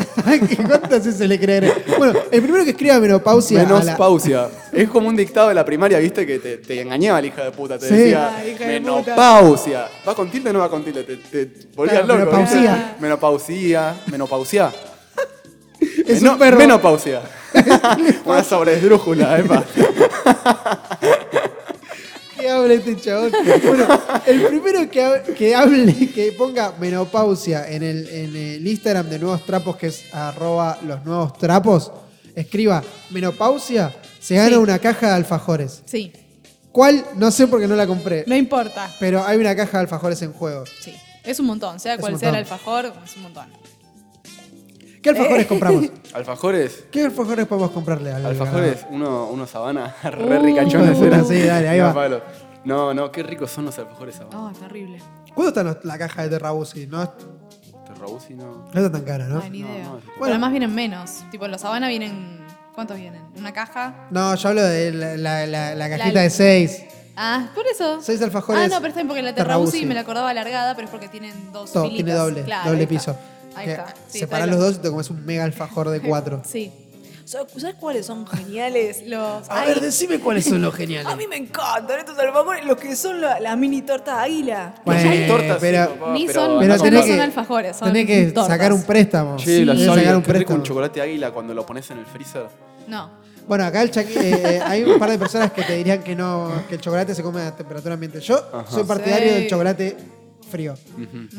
Speaker 3: ¿Qué ¿Cuántas veces se le creeré? Bueno, el primero que escriba menopausia. a la-
Speaker 2: Menopausia. Es como un dictado de la primaria, viste, que te, te engañaba la hija de puta. Te
Speaker 3: Sí.
Speaker 2: decía,
Speaker 4: Ah, hija de puta.
Speaker 2: menopausia. ¿Va con tilde o no va con tilde? Te, te volvías
Speaker 3: Claro,
Speaker 2: loco. ¿viste?
Speaker 3: menopausia.
Speaker 2: Menopausia. Menopausia.
Speaker 3: Es
Speaker 2: Meno-
Speaker 3: un perro.
Speaker 2: Menopausia. Una eh, sobresdrújula, epa.
Speaker 3: que hable este chabón. Bueno, el primero que, hab- que hable, que ponga menopausia en el, en el Instagram de Nuevos Trapos, que es arroba los nuevos trapos, escriba menopausia, se gana
Speaker 4: Sí.
Speaker 3: una caja de alfajores.
Speaker 4: Sí,
Speaker 3: ¿Cuál? No sé porque no la compré.
Speaker 4: no importa.
Speaker 3: Pero hay una caja de alfajores en juego.
Speaker 4: Sí, es un montón. Sea
Speaker 3: Es
Speaker 4: cual
Speaker 3: un
Speaker 4: sea el
Speaker 3: montón.
Speaker 4: alfajor, es un montón.
Speaker 3: ¿Qué alfajores compramos?
Speaker 2: Alfajores.
Speaker 3: Eh. ¿Qué alfajores podemos comprarle al
Speaker 2: Alfajores, uno, uno sabana, re
Speaker 4: Uh.
Speaker 2: ricachones eran.
Speaker 3: Sí, dale, ahí
Speaker 2: No,
Speaker 3: va.
Speaker 2: Pablo. No, no, qué ricos son los alfajores sabana.
Speaker 4: Oh, terrible.
Speaker 3: ¿Cuánto está los- la caja de Terrabusi? No, no
Speaker 2: Te robó si no.
Speaker 3: está tan cara, ¿no?
Speaker 4: Ay, ni
Speaker 2: No,
Speaker 4: idea.
Speaker 2: no.
Speaker 4: Pero
Speaker 3: Bueno.
Speaker 4: además vienen menos. Tipo, en la sabana vienen. ¿Cuántos vienen? ¿Una caja?
Speaker 3: No, yo hablo de la, la- la- la cajita
Speaker 4: La-
Speaker 3: de 6.
Speaker 4: Ah, por eso.
Speaker 3: Seis alfajores
Speaker 4: Ah, no, pero está bien porque la Terra
Speaker 3: Terrabusi.
Speaker 4: Uzi me la acordaba alargada, pero es porque tienen dos.
Speaker 3: Todo,
Speaker 4: filitas.
Speaker 3: tiene doble,
Speaker 4: Claro,
Speaker 3: doble
Speaker 4: ahí
Speaker 3: piso.
Speaker 4: está. Ahí
Speaker 3: Que
Speaker 4: está. Sí,
Speaker 3: separás
Speaker 4: está
Speaker 3: los
Speaker 4: bien.
Speaker 3: dos y te comes un mega alfajor de cuatro.
Speaker 4: Sí. So- ¿Sabes cuáles son geniales? Los.
Speaker 1: A
Speaker 4: ay,
Speaker 1: ver, decime cuáles son los geniales.
Speaker 4: Ah,
Speaker 5: A mí me encantan estos alfajores, los que son la- las mini tortas águila.
Speaker 3: Bueno,
Speaker 2: Hay tortas, sí,
Speaker 3: pero-
Speaker 2: papá,
Speaker 4: Ni
Speaker 2: pero
Speaker 4: son-
Speaker 3: Pero
Speaker 2: andá
Speaker 4: no
Speaker 2: con
Speaker 3: tenés
Speaker 2: tortas.
Speaker 3: que,
Speaker 4: son alfajores, son
Speaker 3: tenés que
Speaker 4: tortas.
Speaker 3: sacar un préstamo.
Speaker 2: Che, la
Speaker 3: Tenés que
Speaker 2: soy,
Speaker 3: sacar un
Speaker 2: qué rico
Speaker 3: préstamo.
Speaker 2: un chocolate águila cuando lo pones en el freezer.
Speaker 4: No.
Speaker 3: Bueno, acá el chaqui- eh, eh, hay un par de personas que te dirían que no que el chocolate se come a temperatura ambiente. Yo
Speaker 2: Ajá.
Speaker 3: soy partidario
Speaker 4: Sí.
Speaker 3: del chocolate frío.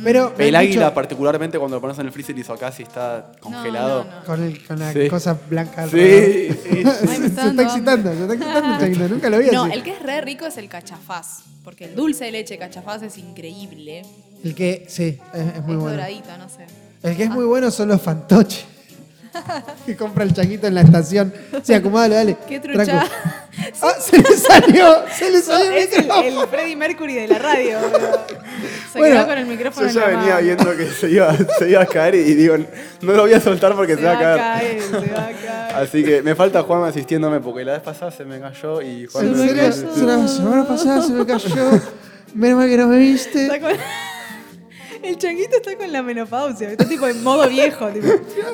Speaker 3: Pero me
Speaker 2: El
Speaker 3: han
Speaker 2: águila,
Speaker 3: dicho-
Speaker 2: particularmente cuando lo pones en el freezer y acá si está congelado.
Speaker 4: no, no.
Speaker 3: con, el- con la
Speaker 2: Sí.
Speaker 3: cosa blanca alrededor.
Speaker 2: Sí, sí.
Speaker 4: Ay, me
Speaker 3: se,
Speaker 4: está
Speaker 3: se
Speaker 4: dando
Speaker 3: está excitando, se está excitando el Chaquito, nunca lo vi
Speaker 4: No,
Speaker 3: así.
Speaker 4: el que es re rico es el cachafaz. Porque el dulce de leche cachafaz es increíble.
Speaker 3: El que, sí, es, es muy
Speaker 4: es
Speaker 3: bueno.
Speaker 4: doradito, Ah. no sé.
Speaker 3: El que es muy bueno son los fantoches. que compra el changuito en la estación. Sí, acomódalo, dale.
Speaker 4: Qué
Speaker 3: Tranqui.
Speaker 4: trucha.
Speaker 3: Ah, se le salió, se le salió el
Speaker 4: es el,
Speaker 3: micrófono.
Speaker 4: el Freddie Mercury de la radio. boludo. Se
Speaker 3: Bueno,
Speaker 4: quedó con el micrófono
Speaker 6: Yo
Speaker 4: en
Speaker 6: ya
Speaker 4: la mano.
Speaker 6: venía viendo que se iba, se iba a caer y digo, no lo voy a soltar porque se,
Speaker 4: Se
Speaker 6: va
Speaker 4: va
Speaker 6: a caer.
Speaker 4: se va a caer.
Speaker 6: Así que me falta Juan asistiéndome porque la vez pasada se me cayó y
Speaker 3: Se
Speaker 6: Juan
Speaker 3: me
Speaker 4: cayó.
Speaker 3: cayó. Se la semana pasada se me cayó. Menos mal que no me
Speaker 4: Está
Speaker 3: viste.
Speaker 4: con- El changuito está con la menopausia, está tipo en modo viejo. Tipo,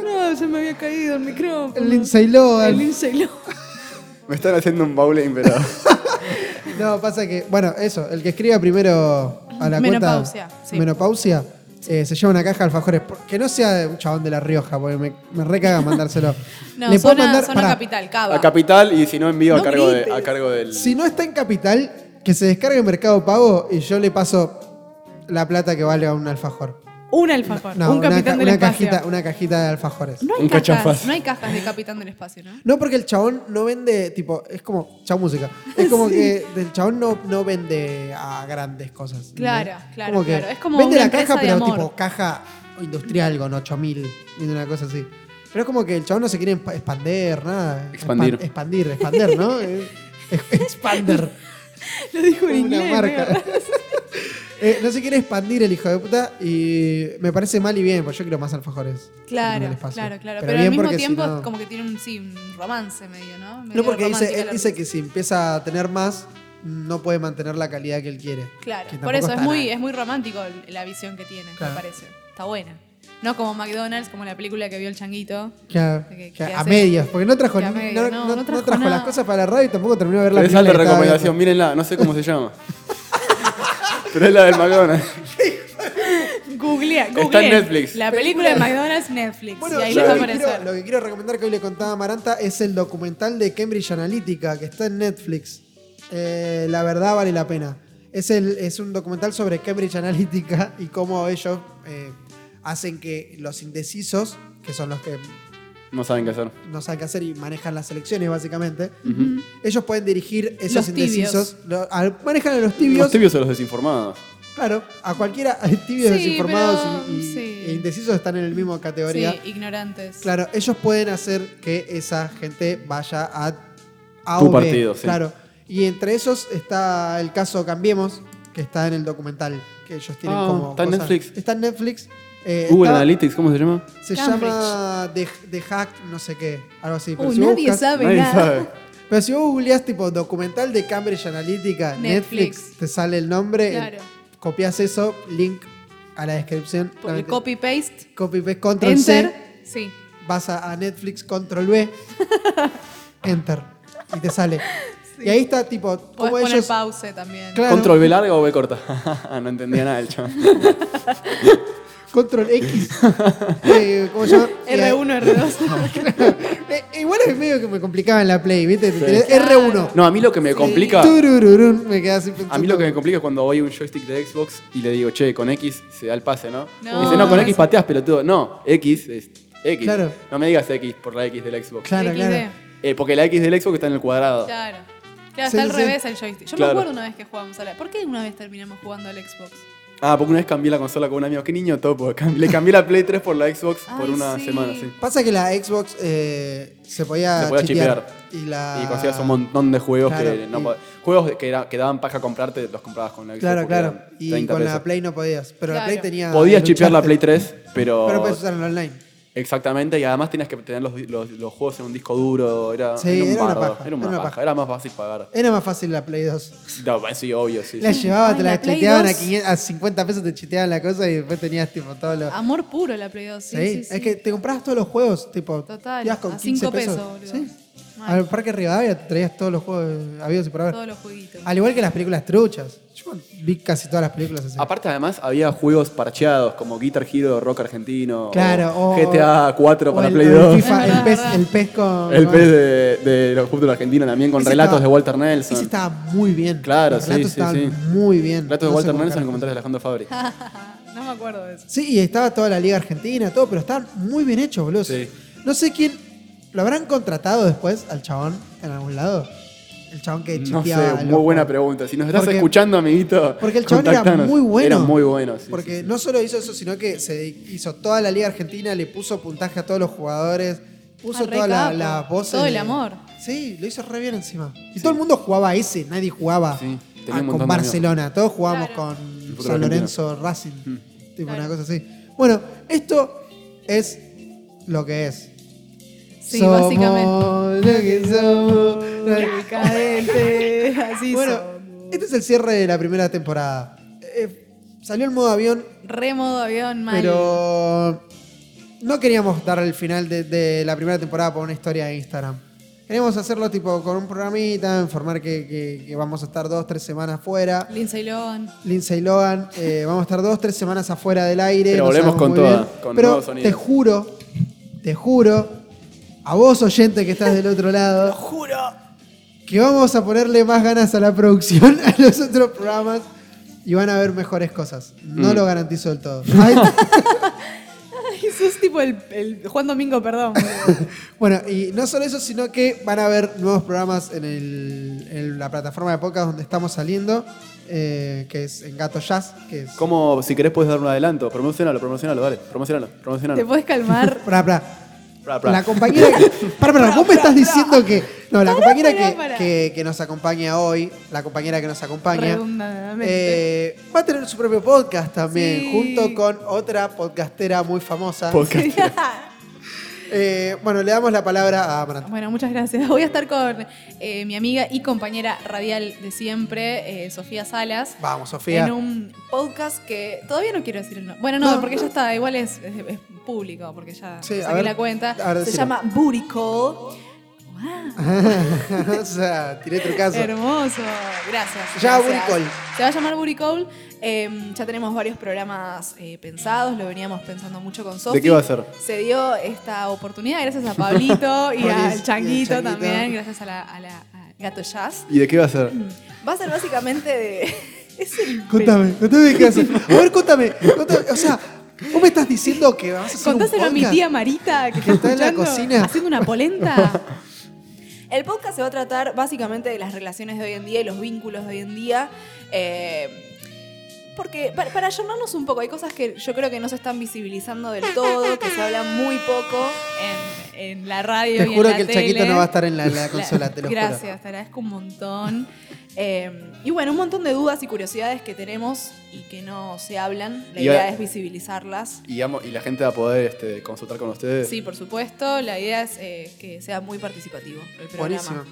Speaker 4: no, se me había caído el micrófono.
Speaker 3: El Lindsay Lohan.
Speaker 4: El Lindsay Lohan.
Speaker 6: Me están haciendo un baúl imperado.
Speaker 3: No, pasa que, bueno, eso, el que escriba primero a la
Speaker 4: Menopausia,
Speaker 3: cuenta
Speaker 4: sí.
Speaker 3: menopausia, eh, se lleva una caja de alfajores. Por- Que no sea de un chabón de La Rioja, porque me, me recaga mandárselo.
Speaker 4: No,
Speaker 3: Le puedo
Speaker 4: zona,
Speaker 3: mandar-
Speaker 4: zona
Speaker 3: pará,
Speaker 4: capital, Cava.
Speaker 6: A Capital y si no envío a,
Speaker 4: No
Speaker 6: cargo de-
Speaker 4: grites.
Speaker 6: a cargo del...
Speaker 3: Si no está en Capital, que se descargue en Mercado Pago y yo le paso la plata que valga un alfajor.
Speaker 4: un alfajor,
Speaker 3: No,
Speaker 4: un
Speaker 3: una,
Speaker 4: capitán
Speaker 3: ca-
Speaker 4: del
Speaker 3: una
Speaker 4: espacio.
Speaker 3: cajita, una cajita de alfajores.
Speaker 4: No hay
Speaker 6: Un
Speaker 4: cajas,
Speaker 6: cachafaz.
Speaker 4: no hay cajas de capitán del espacio, ¿no?
Speaker 3: No, porque el chabón no vende, tipo, es como, chao música. Es como que el chabón no, no vende a grandes cosas. ¿entendés?
Speaker 4: Claro, claro,
Speaker 3: que
Speaker 4: claro. Es como
Speaker 3: Vende
Speaker 4: una
Speaker 3: la caja,
Speaker 4: empresa de
Speaker 3: pero
Speaker 4: amor.
Speaker 3: tipo caja industrial con 8000, y una cosa así. Pero es como que el chabón no se quiere empa- expander, nada.
Speaker 6: Expandir.
Speaker 3: Expan- expandir, expander, ¿no? Es- es- expander.
Speaker 4: Lo dijo en
Speaker 3: Una
Speaker 4: inglés.
Speaker 3: marca. Eh, no se quiere expandir el hijo de puta y me parece mal y bien, porque yo quiero más alfajores. en el
Speaker 4: Claro,
Speaker 3: espacio.
Speaker 4: claro, claro. Pero,
Speaker 3: bien
Speaker 4: al mismo
Speaker 3: porque si
Speaker 4: tiempo,
Speaker 3: no-
Speaker 4: como que tiene un, sí, un romance medio, ¿no? Medio
Speaker 3: No, porque dice,
Speaker 4: romántica
Speaker 3: él
Speaker 4: la
Speaker 3: dice
Speaker 4: relación.
Speaker 3: que si empieza a tener más, no puede mantener la calidad que él quiere.
Speaker 4: Claro,
Speaker 3: Que tampoco
Speaker 4: por eso es
Speaker 3: está
Speaker 4: muy, eh,
Speaker 3: nada.
Speaker 4: es muy romántico el- la visión que tiene,
Speaker 3: Claro.
Speaker 4: me parece. Está buena. No como McDonald's, como la película que vio el changuito.
Speaker 3: Claro,
Speaker 4: que-
Speaker 3: que
Speaker 4: que
Speaker 3: a
Speaker 4: hace-
Speaker 3: medias, porque no trajo,
Speaker 4: que a
Speaker 3: ni-
Speaker 4: medias,
Speaker 3: no,
Speaker 4: no,
Speaker 3: no-
Speaker 4: no
Speaker 3: no
Speaker 4: trajo
Speaker 3: trajo las
Speaker 4: nada.
Speaker 3: cosas para la radio y tampoco terminó de ver la
Speaker 6: Pero esa es
Speaker 3: película
Speaker 6: la
Speaker 3: que estaba
Speaker 6: recomendación,
Speaker 3: viendo.
Speaker 6: mírenla, no sé cómo se llama. Pero es la del McDonald's.
Speaker 4: Googlea,
Speaker 6: Está en
Speaker 4: googleen.
Speaker 6: Netflix.
Speaker 4: La película de McDonald's, Netflix.
Speaker 3: Bueno,
Speaker 4: y ahí
Speaker 3: yo
Speaker 4: les va a
Speaker 6: lo
Speaker 3: lo, que quiero, lo
Speaker 4: aparecer.
Speaker 3: que quiero recomendar que hoy le contaba a Maranta es el documental de Cambridge Analytica que está en Netflix. Eh, la verdad vale la pena. Es, el, es un documental sobre Cambridge Analytica y cómo ellos eh, hacen que los indecisos, que son los que
Speaker 6: No saben qué hacer.
Speaker 3: no saben qué hacer y manejan las elecciones, básicamente. Ellos pueden dirigir esos
Speaker 4: Los
Speaker 3: indecisos. lo- a- manejan a los tibios.
Speaker 6: Los tibios o los desinformados.
Speaker 3: Claro, a cualquiera. Tibios,
Speaker 4: Sí,
Speaker 3: desinformados
Speaker 4: pero-
Speaker 3: y, y-
Speaker 4: sí.
Speaker 3: e indecisos están en la misma categoría.
Speaker 4: Sí, ignorantes.
Speaker 3: Claro, ellos pueden hacer que esa gente vaya a. a
Speaker 6: Tu
Speaker 3: o B,
Speaker 6: partido, sí.
Speaker 3: Claro. Y entre esos está el caso Cambiemos, que está en el documental. Que ellos tienen
Speaker 6: Ah,
Speaker 3: como.
Speaker 6: está en Netflix.
Speaker 3: Está en Netflix. Eh,
Speaker 6: Google
Speaker 3: estaba-
Speaker 6: Analytics, ¿cómo se llama?
Speaker 3: se
Speaker 4: Cambridge.
Speaker 3: llama The, The Hack, no sé qué, algo así. Pero
Speaker 4: Uh,
Speaker 3: si vos
Speaker 4: nadie
Speaker 3: buscas-
Speaker 4: sabe
Speaker 6: Nadie
Speaker 4: nada.
Speaker 6: sabe.
Speaker 3: pero si vos googleás tipo documental de Cambridge Analytica Netflix,
Speaker 4: Netflix.
Speaker 3: te sale el nombre,
Speaker 4: Claro.
Speaker 3: copias eso, link a la descripción.
Speaker 4: El copy paste,
Speaker 3: copy paste, control
Speaker 4: enter.
Speaker 3: C,
Speaker 4: Sí.
Speaker 3: vas a, a Netflix, control V, enter. Y te sale. Y ahí está tipo,
Speaker 4: Podés
Speaker 3: como
Speaker 4: poner
Speaker 3: ellos.
Speaker 4: pause también.
Speaker 3: Claro.
Speaker 6: Control B larga o B corta. Ah, no entendía nada el chaval.
Speaker 3: Control X. eh, ¿Cómo se llama? Y ahí-
Speaker 4: R1, R2.
Speaker 3: Eh, igual es medio que me complicaba en la Play, ¿viste? Te
Speaker 6: Sí.
Speaker 3: tenés R1.
Speaker 6: No, a mí lo que me complica.
Speaker 3: Turururún, me quedé así pensando.
Speaker 6: A mí lo que me complica es cuando voy a un joystick de Xbox y le digo, che, con X se da el pase, ¿no?
Speaker 4: No,
Speaker 6: Y dice, no, con
Speaker 4: no,
Speaker 6: X
Speaker 4: eso-
Speaker 6: pateas, pelotudo. No, X es X.
Speaker 3: Claro.
Speaker 6: No me digas X por la X del Xbox.
Speaker 3: Claro,
Speaker 4: XD.
Speaker 3: claro.
Speaker 6: Eh, porque la X del Xbox está en el cuadrado.
Speaker 4: Claro.
Speaker 3: Sí,
Speaker 4: Claro, está al
Speaker 3: sí.
Speaker 4: revés el joystick. Yo
Speaker 6: Claro.
Speaker 4: me acuerdo una vez que jugábamos a la. ¿Por qué una vez terminamos jugando al Xbox?
Speaker 6: Ah, porque una vez cambié la consola con un amigo. Qué niño topo. Cam- Le cambié la Play 3 por la Xbox por
Speaker 4: Ay,
Speaker 6: una
Speaker 4: sí.
Speaker 6: semana, sí.
Speaker 3: Pasa que la Xbox eh, se podía,
Speaker 6: Se podía
Speaker 3: chitear,
Speaker 6: chipear.
Speaker 3: Y la.
Speaker 6: Y conseguías un montón de juegos que
Speaker 3: Claro,
Speaker 6: no
Speaker 3: y-
Speaker 6: pod- Juegos que, era- que daban paja comprarte, los comprabas con la Xbox.
Speaker 3: Claro,
Speaker 6: porque
Speaker 3: claro.
Speaker 6: eran
Speaker 3: Y
Speaker 6: 30
Speaker 3: con la
Speaker 6: pesos.
Speaker 3: Play no podías. Pero la
Speaker 4: Claro.
Speaker 3: Play tenía.
Speaker 6: Podías
Speaker 3: el
Speaker 6: chipear la
Speaker 3: Uncharted,
Speaker 6: Play 3, pero.
Speaker 3: Pero pues, puedes usarlo online.
Speaker 6: Exactamente, y además tenías que tener los, los- los juegos en un disco duro. Era,
Speaker 3: Sí,
Speaker 6: un
Speaker 3: era una
Speaker 6: bardo,
Speaker 3: paja,
Speaker 6: Era una, paja. Era más fácil pagar.
Speaker 3: Era más fácil la Play 2.
Speaker 6: No, pues sí, obvio, sí.
Speaker 3: La
Speaker 6: sí.
Speaker 3: llevaba,
Speaker 4: Ay,
Speaker 3: te la,
Speaker 4: la Play
Speaker 3: chiteaban a,
Speaker 4: 2.
Speaker 3: 500 a 50 pesos, te chiteaban la cosa y después tenías tipo todo lo.
Speaker 4: Amor puro la Play 2. Ah, Sí,
Speaker 3: Sí,
Speaker 4: sí, sí.
Speaker 3: es que te comprabas todos los juegos, tipo.
Speaker 4: Total,
Speaker 3: te ibas con
Speaker 4: a
Speaker 3: 15
Speaker 4: cinco
Speaker 3: pesos.
Speaker 4: pesos, boludo.
Speaker 3: Sí.
Speaker 4: Mal.
Speaker 3: Al Parque Rivadavia te traías todos los juegos habidos y por haber.
Speaker 4: Todos los jueguitos.
Speaker 3: Al igual que las películas truchas. Yo vi casi todas las películas así.
Speaker 6: Aparte, además, había juegos parcheados como Guitar Hero, Rock Argentino,
Speaker 3: Claro, o-
Speaker 6: GTA 4
Speaker 3: O
Speaker 6: para
Speaker 3: el-
Speaker 6: Play
Speaker 3: o el
Speaker 6: 2.
Speaker 3: FIFA, el,
Speaker 4: Es verdad,
Speaker 3: pez,
Speaker 4: verdad.
Speaker 3: el pez con.
Speaker 6: El
Speaker 3: con-
Speaker 6: pez de, de los fútbol argentino también con
Speaker 3: Ese
Speaker 6: relatos
Speaker 3: estaba-
Speaker 6: de Walter
Speaker 3: Ese
Speaker 6: Nelson.
Speaker 3: estaba muy bien.
Speaker 6: Claro,
Speaker 3: Los
Speaker 6: sí,
Speaker 3: relatos
Speaker 6: sí,
Speaker 3: estaban
Speaker 6: sí.
Speaker 3: Muy bien.
Speaker 6: Relatos
Speaker 3: No
Speaker 6: de
Speaker 3: sé
Speaker 6: Walter
Speaker 3: cómo
Speaker 6: Nelson en
Speaker 3: carajo.
Speaker 6: comentarios de Alejandro Fabri.
Speaker 4: no me acuerdo de eso.
Speaker 3: Sí, y estaba toda la Liga Argentina, todo, pero estaban muy bien hechos, boludo.
Speaker 6: Sí.
Speaker 3: No sé quién. ¿Lo habrán contratado después al chabón en algún lado? El chabón que
Speaker 6: No sé,
Speaker 3: chipeaba
Speaker 6: muy
Speaker 3: a los
Speaker 6: buena
Speaker 3: juegos.
Speaker 6: pregunta. Si nos estás
Speaker 3: Porque-
Speaker 6: escuchando, amiguito,
Speaker 3: Porque el chabón era
Speaker 6: contactanos.
Speaker 3: muy bueno.
Speaker 6: Era muy bueno, sí,
Speaker 3: Porque
Speaker 6: sí, sí.
Speaker 3: no solo hizo eso, sino que se hizo toda la Liga Argentina, le puso puntaje a todos los jugadores, Puso
Speaker 4: Ah, re
Speaker 3: toda la,
Speaker 4: capo.
Speaker 3: la voz.
Speaker 4: Todo
Speaker 3: de-
Speaker 4: el amor.
Speaker 3: Sí, lo hizo re bien encima. Y todo el mundo jugaba a ese, nadie jugaba
Speaker 2: Sí, tenía
Speaker 3: a-
Speaker 2: un montón de
Speaker 3: con Barcelona. Todos jugábamos
Speaker 4: Claro.
Speaker 3: con
Speaker 2: fútbol
Speaker 3: San
Speaker 2: argentino. Hmm.
Speaker 3: Lorenzo Racing. Tipo
Speaker 4: Claro.
Speaker 3: una cosa así. Bueno, esto es lo que es.
Speaker 4: Sí,
Speaker 3: Somos
Speaker 4: básicamente.
Speaker 3: Lo que somos. lo que-
Speaker 5: Decadente, así
Speaker 3: Bueno,
Speaker 5: son.
Speaker 3: este es el cierre de la primera temporada. Eh, salió el modo avión,
Speaker 4: Re modo avión mal.
Speaker 3: pero no queríamos dar el final de, de la primera temporada por una historia de Instagram. Queríamos hacerlo tipo con un programita, informar que, que- que vamos a estar dos, tres semanas fuera.
Speaker 4: Lindsay Lohan.
Speaker 3: Lindsay Logan, eh, vamos a estar dos, tres semanas afuera del aire.
Speaker 2: Pero
Speaker 3: no
Speaker 2: volvemos
Speaker 3: sabemos
Speaker 2: con
Speaker 3: muy
Speaker 2: toda,
Speaker 3: bien.
Speaker 2: con
Speaker 3: Pero
Speaker 2: nuevos sonidos.
Speaker 3: te juro, te juro, a vos oyente que estás del otro lado,
Speaker 5: Juro.
Speaker 3: que vamos a ponerle más ganas a la producción, a los otros programas, y van a ver mejores cosas. No
Speaker 2: Mm.
Speaker 3: lo garantizo del todo. Ay,
Speaker 4: Ay, sos tipo el, el Juan Domingo, perdón. boludo.
Speaker 3: bueno, y no solo eso, sino que van a ver nuevos programas en, el- en la plataforma de podcast donde estamos saliendo, eh, que es en Gato Jazz, que es...
Speaker 2: ¿Cómo, si querés, puedes dar un adelanto? Promocionalo, promocionalo, dale. Promocionalo,
Speaker 4: ¿Te
Speaker 2: promocionalo.
Speaker 4: podés calmar?
Speaker 3: Pará, pará.
Speaker 2: Pra, pra.
Speaker 3: La compañera. Para, para, vos me estás diciendo que. No, la compañera
Speaker 4: pará,
Speaker 3: que,
Speaker 4: pará.
Speaker 3: que- que nos acompaña hoy, la compañera que nos acompaña,
Speaker 4: Redundadamente.
Speaker 3: eh, va a tener su propio podcast también,
Speaker 4: Sí.
Speaker 3: junto con otra podcastera muy famosa.
Speaker 2: Podcast.
Speaker 3: Eh, bueno, le damos la palabra a Amaranta.
Speaker 4: Bueno, muchas gracias. Voy a estar con eh, mi amiga y compañera radial de siempre, eh, Sofía Salas,
Speaker 3: Vamos, Sofía.
Speaker 4: en un podcast que todavía no quiero decir el nombre. Bueno, no,
Speaker 3: No,
Speaker 4: porque
Speaker 3: no.
Speaker 4: ya está, igual es, es- es público, porque ya
Speaker 3: Sí, a
Speaker 4: saqué
Speaker 3: ver,
Speaker 4: la cuenta.
Speaker 3: a ver,
Speaker 5: Se
Speaker 3: decilo.
Speaker 5: llama Burico.
Speaker 3: o sea, tiré trucazo.
Speaker 4: Hermoso, gracias.
Speaker 3: Ya,
Speaker 4: gracias.
Speaker 3: Buricol.
Speaker 4: Se va a llamar Buricol. Eh, ya tenemos varios programas eh, pensados, lo veníamos pensando mucho con Sofi.
Speaker 2: ¿De qué va a ser?
Speaker 4: Se dio esta oportunidad gracias a Pablito y
Speaker 3: Polis, y
Speaker 4: al
Speaker 3: al
Speaker 4: Changuito
Speaker 3: Changuito.
Speaker 4: también, gracias a la, a la- a Gato Jazz.
Speaker 2: ¿Y de qué va a ser?
Speaker 4: Va a ser básicamente de... es el
Speaker 3: Contame, contame qué haces. A ver, contame, contame, O sea, vos me estás diciendo que vas a hacer un
Speaker 4: Contáselo a mi
Speaker 3: podcast?
Speaker 4: tía Marita que,
Speaker 3: Que está en la
Speaker 4: escuchando,
Speaker 3: cocina.
Speaker 4: haciendo una polenta.
Speaker 5: El podcast se va a tratar básicamente de las relaciones de hoy en día y los vínculos de hoy en día. eh, porque para, para ayornarnos un poco, hay cosas que yo creo que no se están visibilizando del todo, que se habla muy poco.
Speaker 4: en, en la radio.
Speaker 3: Te
Speaker 4: y en
Speaker 3: juro
Speaker 4: la
Speaker 3: que el changuito
Speaker 4: tele.
Speaker 3: no va a estar en la, la consola, te lo juro.
Speaker 4: Gracias, te agradezco un montón. Eh, y bueno, un montón de dudas y curiosidades que tenemos y que no se hablan. La
Speaker 2: Y
Speaker 4: idea
Speaker 2: a-
Speaker 4: es visibilizarlas.
Speaker 2: Y, amo- y la gente va a poder este, consultar con ustedes.
Speaker 4: Sí, por supuesto. La idea es eh, que sea muy participativo el programa.
Speaker 3: Buenísimo.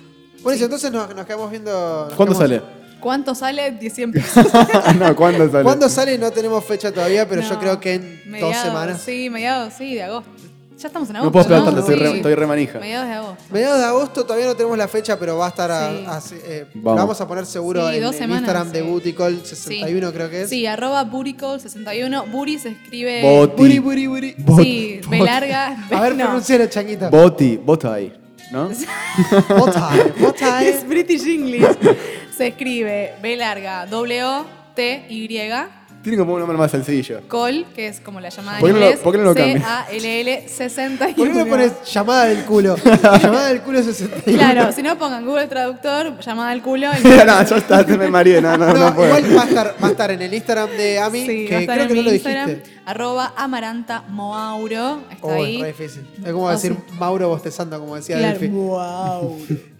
Speaker 3: Buenísimo, entonces nos, nos quedamos viendo. nos
Speaker 2: ¿Cuándo
Speaker 3: quedamos-
Speaker 2: sale?
Speaker 4: ¿Cuánto sale? 100 pesos.
Speaker 2: no, ¿cuándo sale?
Speaker 3: ¿Cuándo sale? No tenemos fecha todavía, pero yo
Speaker 4: No,
Speaker 3: creo que en
Speaker 4: mediados,
Speaker 3: dos semanas.
Speaker 4: Sí, mediados, sí, de agosto. Ya estamos en agosto.
Speaker 2: No puedo esperar tanto,
Speaker 3: ¿no?
Speaker 2: estoy, re,
Speaker 4: Sí.
Speaker 2: estoy re manija.
Speaker 4: Mediados de agosto.
Speaker 3: Mediados de agosto todavía no tenemos la fecha, pero va a estar. a-
Speaker 4: Sí.
Speaker 3: así, eh,
Speaker 2: Vamos.
Speaker 3: lo vamos a poner seguro
Speaker 4: Sí,
Speaker 3: en,
Speaker 4: dos
Speaker 3: el
Speaker 4: semanas,
Speaker 3: Instagram de
Speaker 4: sí.
Speaker 3: Bootycall61, creo que es.
Speaker 4: Sí, arroba buricol61. Buri se escribe...
Speaker 2: Bot.
Speaker 3: Buri, buri, buri.
Speaker 4: Sí,
Speaker 3: Bot-
Speaker 4: B larga.
Speaker 3: A ver,
Speaker 4: no.
Speaker 3: pronuncialo, changuito.
Speaker 2: Boti, Botai, ¿no?
Speaker 3: Botai.
Speaker 4: Es
Speaker 3: Botai.
Speaker 4: British English. Se escribe B larga, W, O, T, Y,
Speaker 2: Tiene como un nombre más sencillo.
Speaker 4: col, que es como la llamada
Speaker 2: ¿Por
Speaker 4: en
Speaker 2: qué no lo-
Speaker 4: inglés.
Speaker 2: por qué no lo
Speaker 4: C,
Speaker 2: cambias?
Speaker 4: A, L, L, 61.
Speaker 3: ¿Por qué no pones llamada del culo? llamada del culo 61.
Speaker 4: Claro, si no pongan Google Traductor, llamada al culo. y-
Speaker 2: no, yo hasta me mareé, no, no,
Speaker 3: No,
Speaker 2: no pues. puedo.
Speaker 3: igual va a, estar, va a estar en el Instagram de Ami,
Speaker 4: Sí, va a
Speaker 3: que
Speaker 4: estar
Speaker 3: creo que
Speaker 4: en
Speaker 3: no lo
Speaker 4: mi Instagram,
Speaker 3: dijiste.
Speaker 4: arroba amaranta moauro. Está
Speaker 3: Oh, es
Speaker 4: ahí.
Speaker 3: re difícil. Es como
Speaker 4: Ah,
Speaker 3: decir
Speaker 4: sí.
Speaker 3: Mauro bostezando, como decía
Speaker 4: Claro.
Speaker 3: Delphi.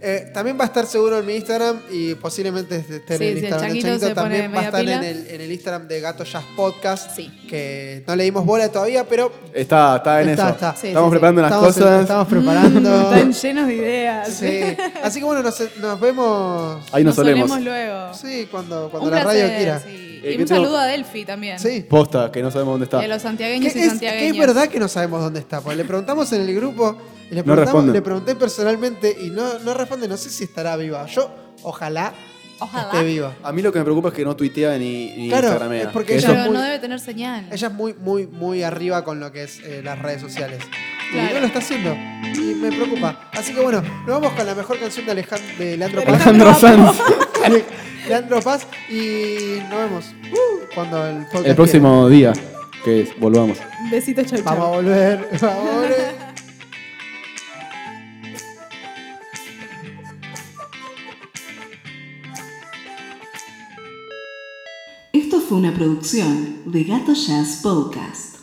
Speaker 3: Eh, también va a estar seguro en mi Instagram y posiblemente esté en
Speaker 4: Sí,
Speaker 3: el
Speaker 4: si el
Speaker 3: Instagram del
Speaker 4: changuito
Speaker 3: Changuito.
Speaker 4: se pone
Speaker 3: También va a
Speaker 4: media
Speaker 3: estar en
Speaker 4: pila.
Speaker 3: el, en el Instagram de Gato Jazz Podcast.
Speaker 4: Sí.
Speaker 3: Que no le dimos bola todavía, pero
Speaker 2: Está, está en
Speaker 3: Está,
Speaker 2: eso.
Speaker 3: está.
Speaker 4: Sí,
Speaker 2: estamos
Speaker 4: sí, sí.
Speaker 2: preparando unas
Speaker 3: estamos,
Speaker 2: cosas.
Speaker 3: estamos
Speaker 4: Mm, Están
Speaker 3: preparando.
Speaker 4: llenos de ideas.
Speaker 3: Sí. Así que bueno, nos, nos vemos.
Speaker 2: Ahí nos, solemos.
Speaker 4: luego.
Speaker 3: Sí, cuando, cuando
Speaker 4: Un
Speaker 3: la radio
Speaker 4: placer,
Speaker 3: quiera.
Speaker 4: sí.
Speaker 2: Eh,
Speaker 4: Y
Speaker 2: ¿qué
Speaker 4: un
Speaker 2: tengo?
Speaker 4: saludo a Delphi también.
Speaker 3: Sí.
Speaker 2: Posta, que no sabemos dónde
Speaker 4: Y
Speaker 3: Eh,
Speaker 4: a
Speaker 2: está.
Speaker 4: los
Speaker 3: Que
Speaker 4: santiagueños y
Speaker 3: es, que
Speaker 4: santiagueñas.
Speaker 3: es verdad que no sabemos dónde está, porque le preguntamos en el grupo, y le,
Speaker 2: No
Speaker 3: preguntamos-
Speaker 2: responde.
Speaker 3: le pregunté personalmente y no, no responde, no sé si estará viva. Yo, ojalá,
Speaker 4: Ojalá.
Speaker 3: esté viva.
Speaker 2: A mí lo que me preocupa es que no tuitea ni, ni
Speaker 3: Claro,
Speaker 2: instagramea.
Speaker 3: es porque
Speaker 2: Que
Speaker 3: ella-
Speaker 2: eso-
Speaker 4: Pero
Speaker 3: muy-
Speaker 4: no debe tener señal.
Speaker 3: Ella es muy, muy, muy arriba con lo que es eh, las redes sociales. Y
Speaker 4: Claro.
Speaker 3: no lo está haciendo. Y me preocupa. Así que bueno, nos vamos con la mejor canción de, Alejandro, de Leandro Paz.
Speaker 2: Alejandro Sanz.
Speaker 3: Ale- Leandro Paz. Y nos vemos Uh, cuando el podcast
Speaker 2: El próximo día que es, volvamos.
Speaker 4: Besitos, chau, chau.
Speaker 3: quiera. Vamos a volver. Vamos a volver.
Speaker 1: Esto fue una producción de Gato Jazz Podcast.